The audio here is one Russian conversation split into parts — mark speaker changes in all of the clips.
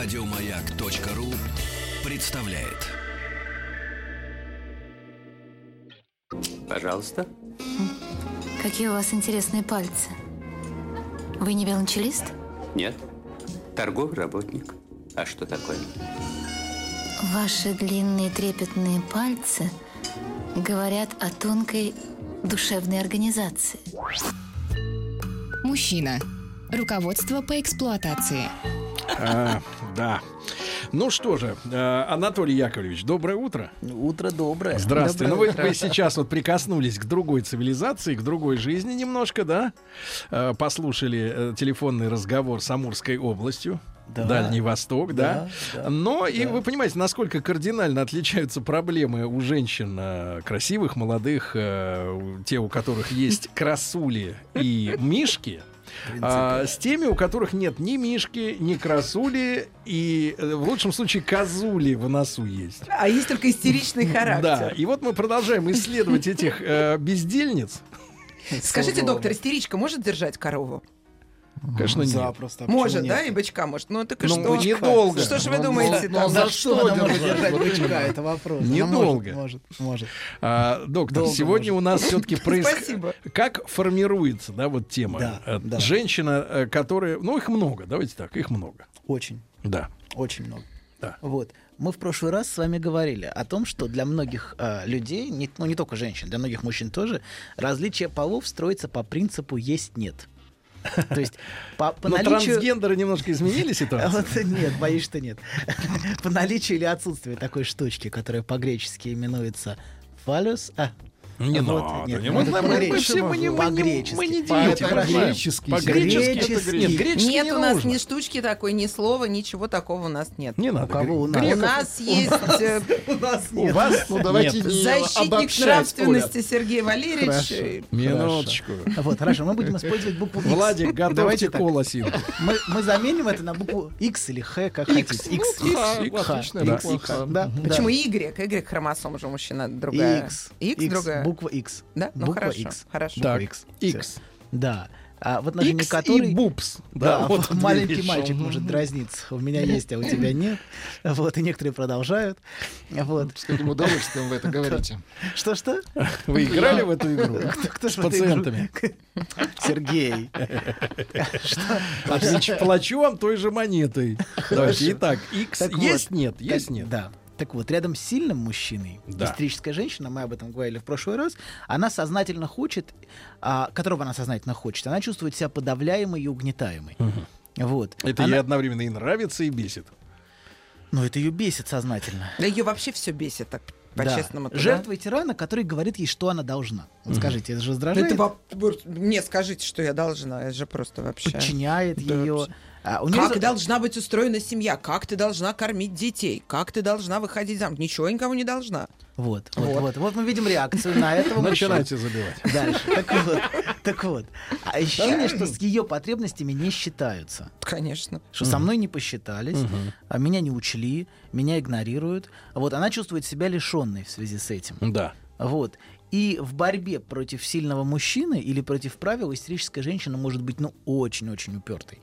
Speaker 1: Радиомаяк.ру представляет.
Speaker 2: Пожалуйста.
Speaker 3: Какие у вас интересные пальцы. Вы не велончелист?
Speaker 2: Нет. Торговый работник. А что такое?
Speaker 3: Ваши длинные трепетные пальцы говорят о тонкой душевной организации.
Speaker 4: Мужчина. Руководство по эксплуатации.
Speaker 5: А, да. Ну что же, э, Анатолий Яковлевич, доброе утро.
Speaker 6: Утро доброе.
Speaker 5: Здравствуйте. ну вы- вы, сейчас вот прикоснулись к другой цивилизации, к другой жизни немножко, да? Э, послушали э, телефонный разговор с Амурской областью.
Speaker 6: Да.
Speaker 5: Дальний Восток, да.
Speaker 6: Да, да,
Speaker 5: Но и
Speaker 6: да.
Speaker 5: вы понимаете, насколько кардинально отличаются проблемы у женщин э, красивых, молодых, э, у- те, у которых есть красули и мишки, а, с теми, у которых нет ни мишки, ни красули, и э, в лучшем случае козули в носу есть.
Speaker 7: А есть только истеричный
Speaker 5: Да,
Speaker 7: характер.
Speaker 5: и вот мы продолжаем исследовать этих э, бездельниц.
Speaker 7: Скажите,
Speaker 6: Свободно.
Speaker 7: доктор, истеричка может держать корову?
Speaker 5: Конечно, нет.
Speaker 6: Запросто. а
Speaker 7: Может,
Speaker 6: почему
Speaker 7: да,
Speaker 6: нет?
Speaker 7: и бычка может. Ну так и
Speaker 5: Ну,
Speaker 7: что?
Speaker 5: недолго.
Speaker 7: Что ж вы
Speaker 6: Ну, ну,
Speaker 7: думаете
Speaker 6: ну,
Speaker 7: там?
Speaker 6: за
Speaker 5: За
Speaker 6: что
Speaker 5: что
Speaker 6: она может
Speaker 5: держать?
Speaker 6: держать
Speaker 5: Вот именно.
Speaker 6: бычка? Это вопрос. Она
Speaker 5: Недолго.
Speaker 6: Может, может. может.
Speaker 5: А, доктор,
Speaker 6: Долго
Speaker 5: сегодня
Speaker 6: может.
Speaker 5: у нас все-таки происходит.
Speaker 7: Спасибо.
Speaker 5: Как формируется, да, вот тема.
Speaker 6: Да,
Speaker 5: Э,
Speaker 6: да.
Speaker 5: Женщина, э, которая. Ну, их много, давайте так, их много.
Speaker 6: Очень,
Speaker 5: Да.
Speaker 6: очень много.
Speaker 5: Да.
Speaker 6: Вот. Мы в прошлый раз с вами говорили о том, что для многих а, людей, не, ну не только женщин, для многих мужчин тоже, различие полов строится по принципу есть-нет. То есть по, по
Speaker 5: Но
Speaker 6: наличию...
Speaker 5: трансгендеры немножко изменили
Speaker 6: А
Speaker 5: ситуацию.
Speaker 6: вот нет, боюсь, что нет. По наличию или отсутствию такой штучки, которая по-гречески именуется фалюс, а,
Speaker 5: Не
Speaker 6: а
Speaker 5: надо,
Speaker 6: вот,
Speaker 5: да
Speaker 6: нет,
Speaker 5: не
Speaker 6: ну,
Speaker 5: надо. Мы-
Speaker 6: это
Speaker 5: мы
Speaker 6: по-гречески.
Speaker 5: все- мы не- мы не-
Speaker 6: По-гречески.
Speaker 5: мы не
Speaker 6: По-
Speaker 5: дети, мы знаем.
Speaker 6: по-гречески.
Speaker 5: По-гречески это греч- Нет, гречески
Speaker 7: Нет
Speaker 5: не
Speaker 7: у нас
Speaker 5: нужно.
Speaker 7: ни штучки такой, ни слова, ничего такого у нас нет.
Speaker 5: Не надо.
Speaker 6: У кого у
Speaker 5: гре-
Speaker 6: нас?
Speaker 7: У
Speaker 5: греков.
Speaker 7: нас есть э,
Speaker 6: У нас
Speaker 8: У вас, ну давайте не
Speaker 7: защитник
Speaker 8: обобщать,
Speaker 7: нравственности Сергей Валерьевич.
Speaker 8: Хорошо.
Speaker 7: И-
Speaker 5: Минуточку.
Speaker 6: Вот, хорошо, мы будем использовать букву X.
Speaker 5: Владик, готовьте
Speaker 6: Давайте так.
Speaker 5: колосин.
Speaker 6: Мы, мы заменим это на букву X или H, как хотите. X,
Speaker 8: Ну, Х,
Speaker 6: X, Х,
Speaker 8: отличная
Speaker 6: X,
Speaker 8: буква,
Speaker 6: X,
Speaker 8: Х.
Speaker 6: да, да.
Speaker 7: Почему Y? Y хромосом же у мужчина другая.
Speaker 6: X,
Speaker 7: X другая.
Speaker 6: буква X.
Speaker 7: Да? Ну
Speaker 6: буква
Speaker 7: хорошо,
Speaker 6: X.
Speaker 7: хорошо.
Speaker 6: Буква
Speaker 5: Так,
Speaker 6: X.
Speaker 5: X.
Speaker 6: Да. А вот нажми
Speaker 5: X и
Speaker 6: который...
Speaker 5: бупс.
Speaker 6: Да,
Speaker 5: вот
Speaker 6: вот маленький
Speaker 5: две вещи.
Speaker 6: мальчик может дразниться. У меня есть, а у тебя нет. Вот, и некоторые продолжают. Вот.
Speaker 8: С каким удовольствием вы это говорите.
Speaker 6: Что-что?
Speaker 5: Вы играли в эту игру?
Speaker 6: Кто- кто
Speaker 5: С
Speaker 6: в эту игру?
Speaker 5: пациентами.
Speaker 6: Сергей.
Speaker 5: Отвечу- Плачу вам той же монетой. Давайте, итак, X
Speaker 6: Так вот,
Speaker 5: есть, нет, есть,
Speaker 6: Так,
Speaker 5: нет.
Speaker 6: Да. Так вот, рядом с сильным мужчиной,
Speaker 5: Да.
Speaker 6: истерическая женщина, мы об этом говорили в прошлый раз, она сознательно хочет, а, которого она сознательно хочет, она чувствует себя подавляемой и угнетаемой. Вот.
Speaker 5: Это
Speaker 6: Она-
Speaker 5: ей одновременно и нравится, и бесит.
Speaker 6: Ну, это ее бесит сознательно.
Speaker 7: Да ее вообще все бесит так,
Speaker 6: Да.
Speaker 7: по-честному.
Speaker 6: Жертвой тирана, который говорит ей, что она должна. Вот скажите, это же
Speaker 7: Да?
Speaker 6: раздражает.
Speaker 7: Ну, Это воп- Мне скажите, что я должна, это же просто вообще.
Speaker 6: подчиняет ее. А, у неё
Speaker 7: Как
Speaker 6: за-
Speaker 7: должна быть устроена семья? Как ты должна кормить детей? Как ты должна выходить замуж? Ничего я никому не должна.
Speaker 6: Вот, вот, вот, вот мы видим реакцию на этого. мужчину.
Speaker 5: Начинайте забивать.
Speaker 6: Дальше. Так вот, так вот. А Ощущение, что с ее потребностями не считаются.
Speaker 7: Конечно.
Speaker 6: Что со мной не посчитались, а меня не учли, меня игнорируют. Вот она чувствует себя лишенной в связи с этим.
Speaker 5: Да.
Speaker 6: Вот. И в борьбе против сильного мужчины или против правил истерическая женщина может быть, ну, очень-очень упертой.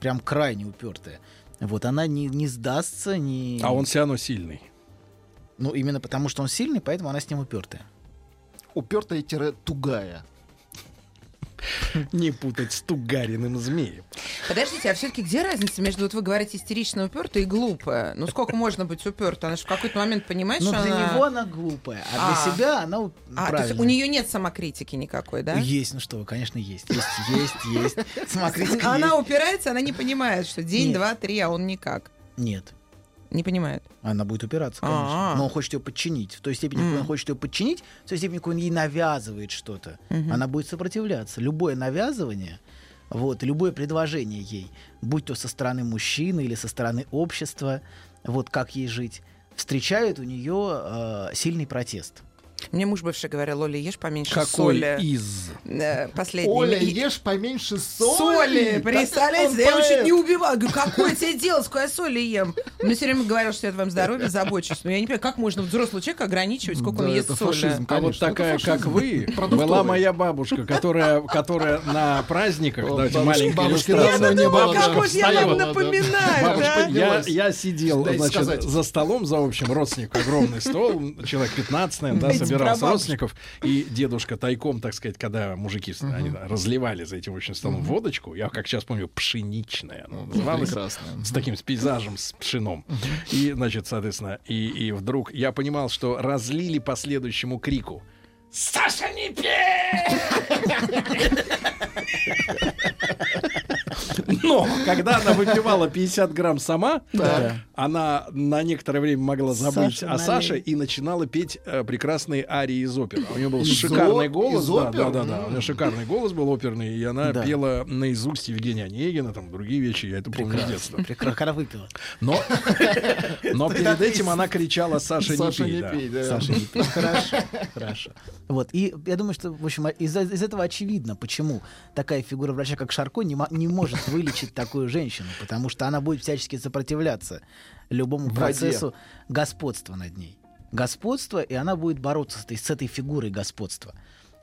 Speaker 6: Прям крайне упертая. Вот она не, не сдастся, не...
Speaker 5: А он все равно сильный.
Speaker 6: Ну, именно потому, что он сильный, поэтому она с ним упертая.
Speaker 8: Упертая-тугая.
Speaker 5: Не путать с тугариным змеем.
Speaker 7: Подождите, а все-таки где разница между, вот вы говорите, истерично упертая и глупая? Ну сколько можно быть уперта? Она же в какой-то момент понимает,
Speaker 6: Но
Speaker 7: что
Speaker 6: Ну, для
Speaker 7: она...
Speaker 6: него она глупая, а
Speaker 7: А.
Speaker 6: для себя она у-
Speaker 7: А, то есть
Speaker 6: правильная.
Speaker 7: у нее нет самокритики никакой, да?
Speaker 6: Есть, ну что вы, конечно, есть. Есть, есть, есть.
Speaker 7: а
Speaker 6: Смотрите,
Speaker 7: Она
Speaker 6: есть.
Speaker 7: упирается, она не понимает, что день,
Speaker 6: Нет.
Speaker 7: два, три, а он никак.
Speaker 6: Нет.
Speaker 7: Не понимает.
Speaker 6: Она будет упираться, конечно.
Speaker 7: А-а.
Speaker 6: Но он хочет ее подчинить. В той степени, как
Speaker 7: М.
Speaker 6: он хочет ее подчинить, в той степени, как он ей навязывает что-то.
Speaker 7: Мгм.
Speaker 6: Она будет сопротивляться. Любое навязывание, вот, любое предложение ей, будь то со стороны мужчины или со стороны общества, вот как ей жить, встречает у нее э, сильный протест.
Speaker 7: Мне муж бывший говорил, Оля, ешь поменьше
Speaker 5: Какой
Speaker 7: соли.
Speaker 5: из?
Speaker 7: Э, Последний.
Speaker 8: Оля,
Speaker 7: И-
Speaker 8: ешь поменьше соли.
Speaker 7: Соли,
Speaker 8: Да
Speaker 7: представляете,
Speaker 8: он
Speaker 7: я его чуть
Speaker 8: поэт.
Speaker 7: не убивала. Говорю, какое тебе дело, сколько я соли ем? Мне все время говорил, что я о твоем здоровье забочусь. Но я не понимаю, как можно взрослого человека ограничивать, сколько он
Speaker 8: Да,
Speaker 7: ест
Speaker 8: это
Speaker 7: соли.
Speaker 8: фашизм.
Speaker 5: А вот
Speaker 8: Ну, Конечно, это
Speaker 5: такая, как
Speaker 8: фашизм.
Speaker 5: вы,
Speaker 8: Продуктовый.
Speaker 5: была моя бабушка, которая, которая на праздниках,
Speaker 8: О,
Speaker 5: давайте
Speaker 8: бабушки-
Speaker 5: маленькая
Speaker 8: бабушки
Speaker 5: иллюстрация.
Speaker 8: давно не было,
Speaker 5: Бабушка
Speaker 8: да.
Speaker 7: Как уж я
Speaker 8: встала,
Speaker 7: вам
Speaker 8: да.
Speaker 7: напоминаю,
Speaker 8: Бабушка
Speaker 7: да?
Speaker 5: Я,
Speaker 8: Поднялась.
Speaker 5: я сидел
Speaker 8: Дай
Speaker 5: значит,
Speaker 8: сказать.
Speaker 5: за столом, за общим, родственник, огромный стол, человек 15, наверное, да,
Speaker 7: Эти
Speaker 5: собирал с
Speaker 7: прабабушки.
Speaker 5: родственников, и дедушка тайком, так сказать, когда мужики они разливали за этим общим столом водочку, я как сейчас помню, пшеничная она называлась,
Speaker 8: Прекрасно.
Speaker 5: с таким с пейзажем, с пшеном. И, значит, соответственно, и, и вдруг я понимал, что разлили по следующему крику. Саша, не пей! Но когда она выпивала 50 грамм сама, она на некоторое время могла забыть
Speaker 6: Саша,
Speaker 5: о
Speaker 6: налей.
Speaker 5: Саше и начинала петь э, прекрасные арии из опер. У нее был
Speaker 8: Из
Speaker 5: шикарный
Speaker 8: о-
Speaker 5: голос.
Speaker 8: из
Speaker 5: Да,
Speaker 8: опер?
Speaker 5: да, да, да. У нее шикарный голос был оперный, и она
Speaker 6: Да.
Speaker 5: пела наизусть Евгения Онегина, там другие вещи, я это помню с детства.
Speaker 6: Прекрасно. Когда выпила.
Speaker 5: Но, но перед этим она кричала «Саша,
Speaker 8: Саша,
Speaker 5: не пей».
Speaker 8: не
Speaker 5: да.
Speaker 8: пей, да.
Speaker 6: Саша, не пей. Хорошо, хорошо. Вот, и я думаю, что, в общем, из, из этого очевидно, почему такая фигура врача, как Шарко, не, мо- не может вылечить такую женщину, потому что она будет всячески сопротивляться любому процессу господства над ней. Господство, и она будет бороться с этой, с этой фигурой господства.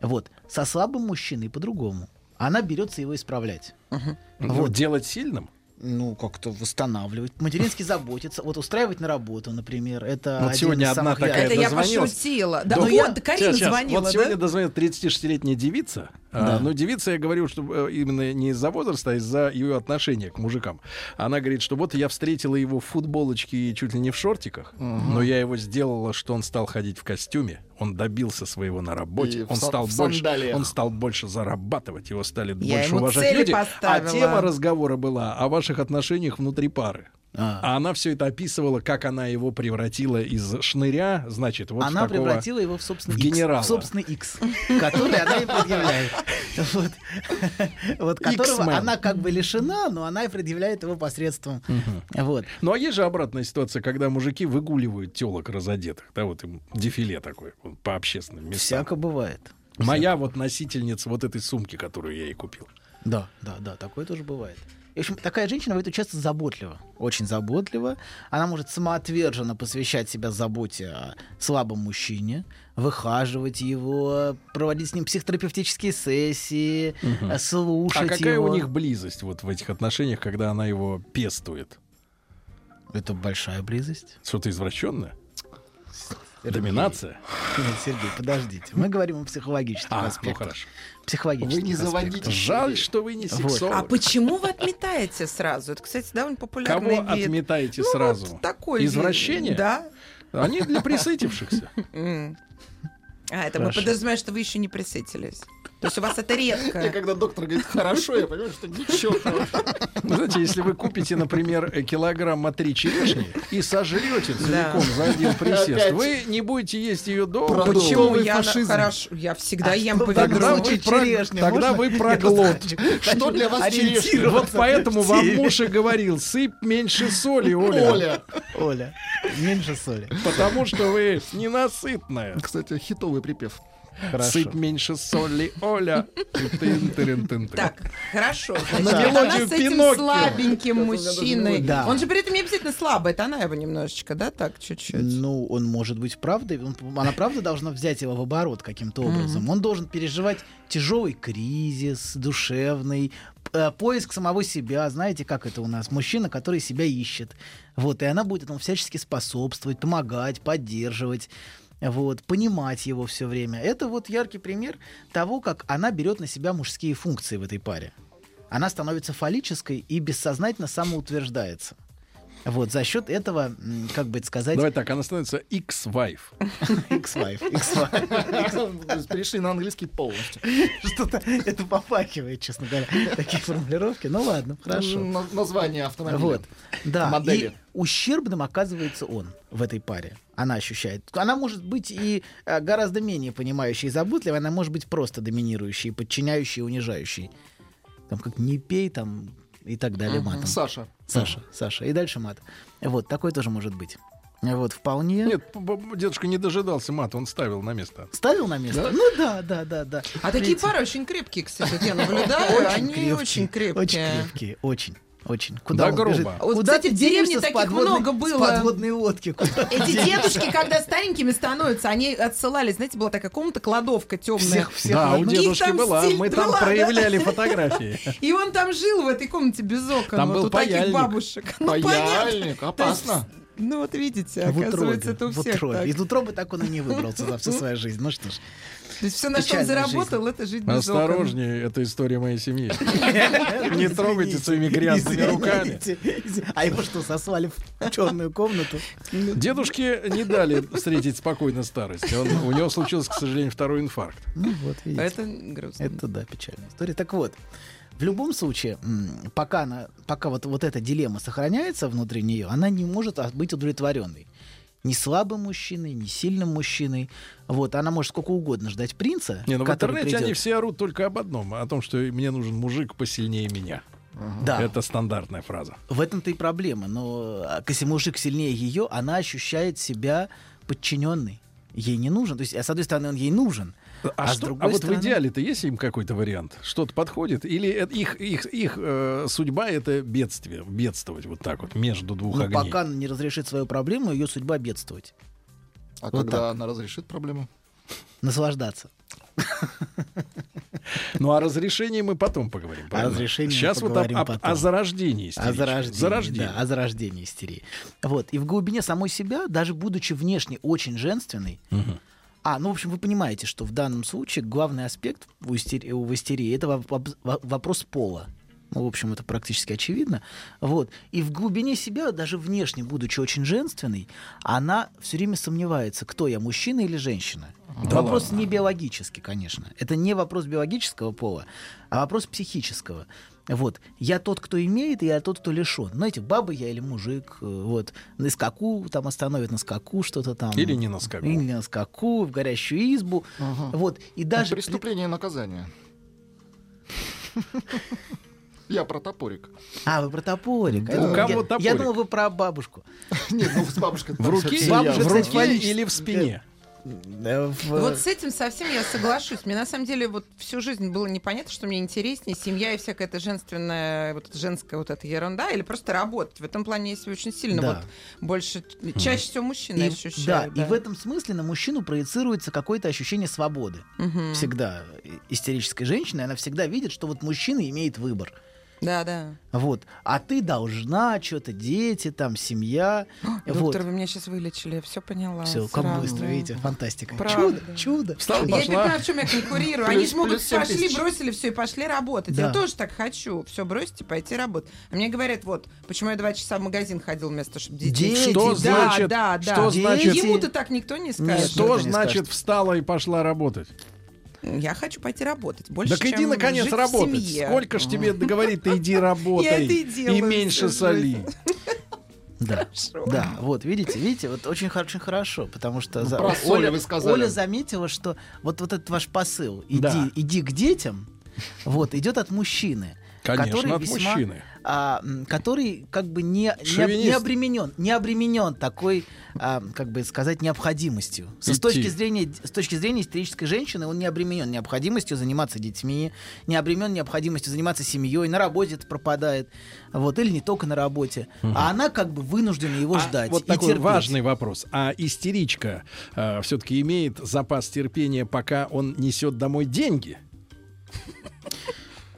Speaker 6: Вот, со слабым мужчиной по-другому. Она берется его исправлять.
Speaker 5: Ну,
Speaker 6: Вот.
Speaker 5: делать сильным?
Speaker 6: Ну, как-то восстанавливать. Матерински заботиться. Вот устраивать на работу, например. Это
Speaker 5: Вот
Speaker 6: один
Speaker 5: сегодня
Speaker 6: из
Speaker 5: одна
Speaker 6: самых
Speaker 5: такая
Speaker 7: Это я
Speaker 5: дозвонилась.
Speaker 7: пошутила.
Speaker 5: Да.
Speaker 7: Да, ну
Speaker 5: Ну,
Speaker 7: я Карина
Speaker 5: Сейчас, сейчас.
Speaker 7: звонила,
Speaker 5: Вот сегодня
Speaker 7: да?
Speaker 5: дозвонила 34-летняя девица. А,
Speaker 6: Да.
Speaker 5: но девица, я говорю, что э, именно не из-за возраста, а из-за ее отношения к мужикам. Она говорит, что вот я встретила его в футболочке и чуть ли не в шортиках, но я его сделала, что он стал ходить в костюме. Он добился своего на работе,
Speaker 8: И в
Speaker 5: он,
Speaker 8: са-
Speaker 5: стал
Speaker 8: в
Speaker 5: больше,
Speaker 8: сандалиях.
Speaker 5: он стал больше зарабатывать, его стали
Speaker 7: Я
Speaker 5: больше
Speaker 7: ему
Speaker 5: уважать
Speaker 7: цели
Speaker 5: люди.
Speaker 7: поставила.
Speaker 5: А тема разговора была о ваших отношениях внутри пары.
Speaker 6: А.
Speaker 5: А она все это описывала, как она его превратила из шныря, значит, вот в
Speaker 6: она
Speaker 5: такого-
Speaker 6: превратила его в собственный
Speaker 5: в
Speaker 6: икс,
Speaker 5: генерала.
Speaker 6: в собственный X, который она и предъявляет. Вот. Вот которого
Speaker 5: Иксмен.
Speaker 6: она как бы лишена, но она и предъявляет его посредством. Вот.
Speaker 5: Ну а есть же обратная ситуация, когда мужики выгуливают телок разодетых, да, вот им дефиле такое вот, по общественным местам.
Speaker 6: Всяко бывает.
Speaker 5: Моя вот носительница вот этой сумки, которую я ей купил. А
Speaker 6: Да, да, да, такое тоже бывает. И, В общем, такая женщина в это часто заботлива, очень заботлива. Она может самоотверженно посвящать себя заботе о слабом мужчине, выхаживать его, проводить с ним психотерапевтические сессии, э, слушать
Speaker 5: а какая
Speaker 6: его.
Speaker 5: у них близость вот в этих отношениях, когда она его пестует?
Speaker 6: Это большая близость.
Speaker 5: Что-то извращенное?
Speaker 6: Сергей.
Speaker 5: Доминация?
Speaker 6: Нет, Сергей, подождите. Мы говорим о психологических
Speaker 5: А, ну
Speaker 6: аспектах.
Speaker 5: хорошо.
Speaker 6: Психологических
Speaker 8: Вы не
Speaker 6: аспектах.
Speaker 8: заводите.
Speaker 5: Жаль, что вы не
Speaker 6: Вот.
Speaker 5: сексолог.
Speaker 7: А почему вы отметаете сразу? Это, кстати, довольно популярный
Speaker 5: Кого
Speaker 7: вид.
Speaker 5: отметаете
Speaker 7: Ну,
Speaker 5: сразу?
Speaker 7: вот такой вид.
Speaker 5: Извращение?
Speaker 7: Да.
Speaker 5: Они для присытившихся.
Speaker 7: М. А, это
Speaker 5: Хорошо.
Speaker 7: мы подразумеваем, что вы еще не присытились. То есть у вас это
Speaker 8: Я
Speaker 7: редко.
Speaker 8: когда доктор говорит хорошо, я понимаю, что ничего хорошего.
Speaker 5: Ну, Знаете, если вы купите, например, э, килограмма три черешни и сожрете целиком за один присест,
Speaker 8: Опять.
Speaker 5: вы не будете есть ее долго.
Speaker 8: Продолжим.
Speaker 7: Почему
Speaker 8: Продуктовый
Speaker 7: я на-
Speaker 8: фашизм.
Speaker 7: хорошо? Я всегда
Speaker 6: А
Speaker 7: ем
Speaker 6: что
Speaker 7: по
Speaker 6: в таком
Speaker 7: ведру.
Speaker 5: вы
Speaker 6: случае
Speaker 5: про-
Speaker 6: черешня,
Speaker 5: тогда
Speaker 6: можно?
Speaker 5: вы проглот.
Speaker 8: Что для вас черешня?
Speaker 5: Вот поэтому вам муж и говорил, сыпь меньше соли, Оля,
Speaker 8: Оля.
Speaker 6: Оля, меньше соли.
Speaker 5: потому что вы ненасытная.
Speaker 8: Кстати, хитовый припев.
Speaker 5: Сыпь меньше соли, Оля. Тын-тырын-тын-тын.
Speaker 7: Так, хорошо. Значит,
Speaker 5: На
Speaker 7: она
Speaker 5: мелодию
Speaker 7: с этим
Speaker 5: Пиноккио.
Speaker 7: слабеньким мужчиной.
Speaker 6: Да.
Speaker 7: Он же при этом не обязательно слабый, это она его немножечко, да, так чуть-чуть.
Speaker 6: Ну, он может быть правдой. он- она правда должна взять его в оборот каким-то образом. Он должен переживать тяжелый кризис, душевный, э, поиск самого себя. Знаете, как это у нас? Мужчина, который себя ищет. Вот, и она будет этому всячески способствовать, помогать, поддерживать. Вот, понимать его все время. Это вот яркий пример того, как она берет на себя мужские функции в этой паре. Она становится фаллической и бессознательно самоутверждается. Вот, за счет этого, м, как бы это сказать,
Speaker 5: Давай так, она становится X-Wife.
Speaker 6: X-Wife, X-Wife.
Speaker 8: Перешли на английский полностью.
Speaker 6: Что-то это попахивает, честно говоря, такие формулировки. Ну ладно, хорошо.
Speaker 8: Н- Название автомобиля.
Speaker 6: Вот, да.
Speaker 8: Модели.
Speaker 6: И ущербным оказывается он в этой паре. Она ощущает. Она может быть и э, гораздо менее понимающей и заботливой, она может быть просто доминирующей, подчиняющей, унижающей. Там как не пей, там и так далее матом.
Speaker 8: Саша.
Speaker 6: Саша, Саша. И дальше мат. Вот, такое тоже может быть. Вот, вполне.
Speaker 5: Нет, п- п- дедушка не дожидался мат, он ставил на место.
Speaker 6: Ставил на место? Ну да, да, да, да.
Speaker 7: А такие пары очень крепкие, кстати, вот я наблюдаю, они
Speaker 6: крепкие,
Speaker 7: очень
Speaker 6: Очень
Speaker 7: крепкие.
Speaker 6: крепкие, очень. Очень. Куда
Speaker 5: Да
Speaker 6: он
Speaker 5: грубо.
Speaker 6: бежит?
Speaker 5: А
Speaker 7: вот,
Speaker 6: Куда
Speaker 7: кстати,
Speaker 6: ты
Speaker 7: в деревне
Speaker 6: денешься с
Speaker 7: таких
Speaker 6: подводной-
Speaker 7: много
Speaker 6: С
Speaker 7: было.
Speaker 6: подводной лодки. Куда
Speaker 7: Эти дедушки, когда старенькими становятся, они отсылали, знаете, была такая комната, кладовка темная.
Speaker 6: всех, всех
Speaker 5: да,
Speaker 6: в
Speaker 5: у
Speaker 6: одну-
Speaker 7: дед-
Speaker 5: дедушки
Speaker 7: там
Speaker 5: была.
Speaker 7: стиль
Speaker 5: Мы там
Speaker 7: была, да.
Speaker 5: проявляли фотографии.
Speaker 7: И он там жил в этой комнате без окон.
Speaker 5: Там
Speaker 7: вот
Speaker 5: был
Speaker 7: у таких
Speaker 5: паяльник.
Speaker 7: бабушек. Ну, понятно.
Speaker 8: Паяльник,
Speaker 7: То есть,
Speaker 8: опасно.
Speaker 7: Ну вот видите,
Speaker 6: в
Speaker 7: оказывается,
Speaker 6: утробе,
Speaker 7: это у
Speaker 6: в
Speaker 7: всех
Speaker 6: утробе.
Speaker 7: так.
Speaker 6: Из утробы так он и не выбрался за всю свою жизнь. Ну что ж.
Speaker 7: То есть все, на что он
Speaker 6: Печальная
Speaker 7: заработал, это жить без окон.
Speaker 5: Осторожнее, это история моей семьи. Не трогайте своими грязными
Speaker 6: Извините,
Speaker 5: руками.
Speaker 6: извините. А его что, сосвали в черную комнату?
Speaker 5: Дедушке не дали встретить спокойно старость. Он- у него случился, к сожалению, второй инфаркт.
Speaker 6: Ну вот, видите.
Speaker 7: Это грустно.
Speaker 6: Это да, печальная история. Так вот, в любом случае, м, пока, она, пока вот, вот эта дилемма сохраняется внутри нее, она не может а, быть удовлетворенной. Ни слабым мужчиной, ни сильным мужчиной. Вот, она может сколько угодно ждать принца,
Speaker 5: Не, ну в
Speaker 6: который
Speaker 5: интернете
Speaker 6: придет.
Speaker 5: они все орут только об одном, о том, что мне нужен мужик посильнее меня.
Speaker 6: Да,
Speaker 5: Это стандартная фраза.
Speaker 6: в этом-то и проблема. Но а, если мужик сильнее ее, она ощущает себя подчиненной. Ей не нужен. То есть, а, с одной стороны, он ей нужен.
Speaker 5: А,
Speaker 6: А с
Speaker 5: что-
Speaker 6: другой
Speaker 5: а вот
Speaker 6: стороны-
Speaker 5: в идеале-то есть им какой-то вариант? Что-то подходит? Или это их, их, их э, судьба — это бедствие? Бедствовать вот так вот между двух
Speaker 6: Но
Speaker 5: огней?
Speaker 6: Ну, пока она не разрешит свою проблему, ее судьба бедствовать.
Speaker 8: А
Speaker 6: Вот
Speaker 8: когда
Speaker 6: так.
Speaker 8: она разрешит проблему?
Speaker 6: Наслаждаться.
Speaker 5: Ну, о разрешении мы потом поговорим. правильно?
Speaker 6: разрешении мы
Speaker 5: Сейчас вот
Speaker 6: поговорим
Speaker 5: о, о-
Speaker 6: потом.
Speaker 5: о зарождении истерички.
Speaker 6: О зарождении,
Speaker 5: Зарождение.
Speaker 6: да, о зарождении истерии. Вот. И в глубине самой себя, даже будучи внешне очень женственной,
Speaker 5: Мгм.
Speaker 6: а, ну, в общем, вы понимаете, что в данном случае главный аспект в истерии, в истерии это воп- воп- во- вопрос пола. Ну, в общем, это практически очевидно. Вот. И в глубине себя, даже внешне, будучи очень женственной, она все время сомневается, кто я, мужчина или женщина.
Speaker 5: Да
Speaker 6: вопрос не биологический, конечно. Это не вопрос биологического пола, а вопрос психического. Вот. Я тот, кто имеет, и я тот, кто лишен. Знаете, баба я или мужик, э, вот, на скаку там остановит, на скаку что-то там.
Speaker 5: Или не на скаку.
Speaker 6: Или на скаку, в горящую избу.
Speaker 8: Ага.
Speaker 6: Вот. И даже... при-
Speaker 8: Преступление и наказание. Я про топорик.
Speaker 6: А, вы про топорик. Я
Speaker 5: У
Speaker 6: думал,
Speaker 5: кого
Speaker 6: я- Я,
Speaker 5: топорик?
Speaker 6: думал, вы про бабушку.
Speaker 8: Нет, ну с бабушкой.
Speaker 5: В руке,
Speaker 6: Бабушка,
Speaker 5: в
Speaker 6: кстати,
Speaker 5: руке
Speaker 6: фаллически-
Speaker 5: или в спине?
Speaker 6: Э, в-
Speaker 7: Вот с этим совсем я соглашусь. Мне на самом деле вот всю жизнь было непонятно, что мне интереснее семья и всякая эта женственная, вот эта женская вот эта ерунда, или просто работать. В этом плане я себя очень сильно
Speaker 6: Да.
Speaker 7: вот больше, чаще всего мужчины
Speaker 6: И- да,
Speaker 7: ощущаю.
Speaker 6: и в этом смысле на мужчину проецируется какое-то ощущение свободы.
Speaker 7: Мгм.
Speaker 6: Всегда И- истерической женщины, она всегда видит, что вот мужчина имеет выбор.
Speaker 7: Да, да.
Speaker 6: Вот. А ты должна, что-то дети, там, семья.
Speaker 7: Доктор,
Speaker 6: вот.
Speaker 7: вы меня сейчас вылечили, я все поняла.
Speaker 6: Все, как
Speaker 7: сразу.
Speaker 6: быстро, видите, фантастика.
Speaker 7: Правда.
Speaker 6: Чудо, чудо.
Speaker 5: Встала,
Speaker 7: Я
Speaker 5: пошла.
Speaker 7: понимаю, в чем я конкурирую. Они
Speaker 8: Плюс-
Speaker 7: же могут
Speaker 8: плюс семь
Speaker 7: пошли,
Speaker 8: тысяч.
Speaker 7: бросили все и пошли работать.
Speaker 6: Да.
Speaker 7: Я тоже так хочу. Все бросить и пойти работать. А мне говорят, вот, почему я два часа в магазин ходил вместо того, чтобы детей.
Speaker 6: Дети,
Speaker 7: учить.
Speaker 5: Что
Speaker 7: да,
Speaker 5: значит-
Speaker 7: да, да.
Speaker 5: что
Speaker 6: Дети. значит-
Speaker 7: Ему-то так никто не скажет.
Speaker 6: Нет, ну,
Speaker 5: Что
Speaker 6: это не
Speaker 5: значит
Speaker 6: скажет.
Speaker 5: встала и пошла работать?
Speaker 7: Я хочу пойти работать. Больше,
Speaker 5: так иди
Speaker 7: чем
Speaker 5: наконец
Speaker 7: жить в
Speaker 5: работать.
Speaker 7: семье.
Speaker 5: Сколько ж тебе говорит, ты иди
Speaker 7: Я
Speaker 5: работай
Speaker 7: это и делаю
Speaker 5: меньше
Speaker 7: всю
Speaker 5: соли.
Speaker 6: Да.
Speaker 7: Хорошо.
Speaker 6: Да, вот, видите, видите, вот очень, хор- очень хорошо, потому что
Speaker 5: Ну,
Speaker 6: за-
Speaker 8: про соль вы сказали.
Speaker 6: Оля заметила, что вот, вот этот ваш посыл «иди,
Speaker 5: Да.
Speaker 6: иди к детям», вот, идет от мужчины.
Speaker 5: Конечно,
Speaker 6: который
Speaker 5: от
Speaker 6: весьма,
Speaker 5: мужчины.
Speaker 6: а, м, который как бы не, не, об- не
Speaker 5: Шовинист.
Speaker 6: обременен, не обременен такой, а, как бы сказать, необходимостью. Со- С
Speaker 5: Идти.
Speaker 6: точки, зрения, с точки зрения истерической женщины он не обременен необходимостью заниматься детьми, не обременен необходимостью заниматься семьей, на работе это пропадает, вот, или не только на работе. А она как бы вынуждена его
Speaker 5: А
Speaker 6: ждать.
Speaker 5: вот
Speaker 6: и
Speaker 5: такой
Speaker 6: терпеть.
Speaker 5: важный вопрос. А истеричка все-таки имеет запас терпения, пока он несет домой деньги?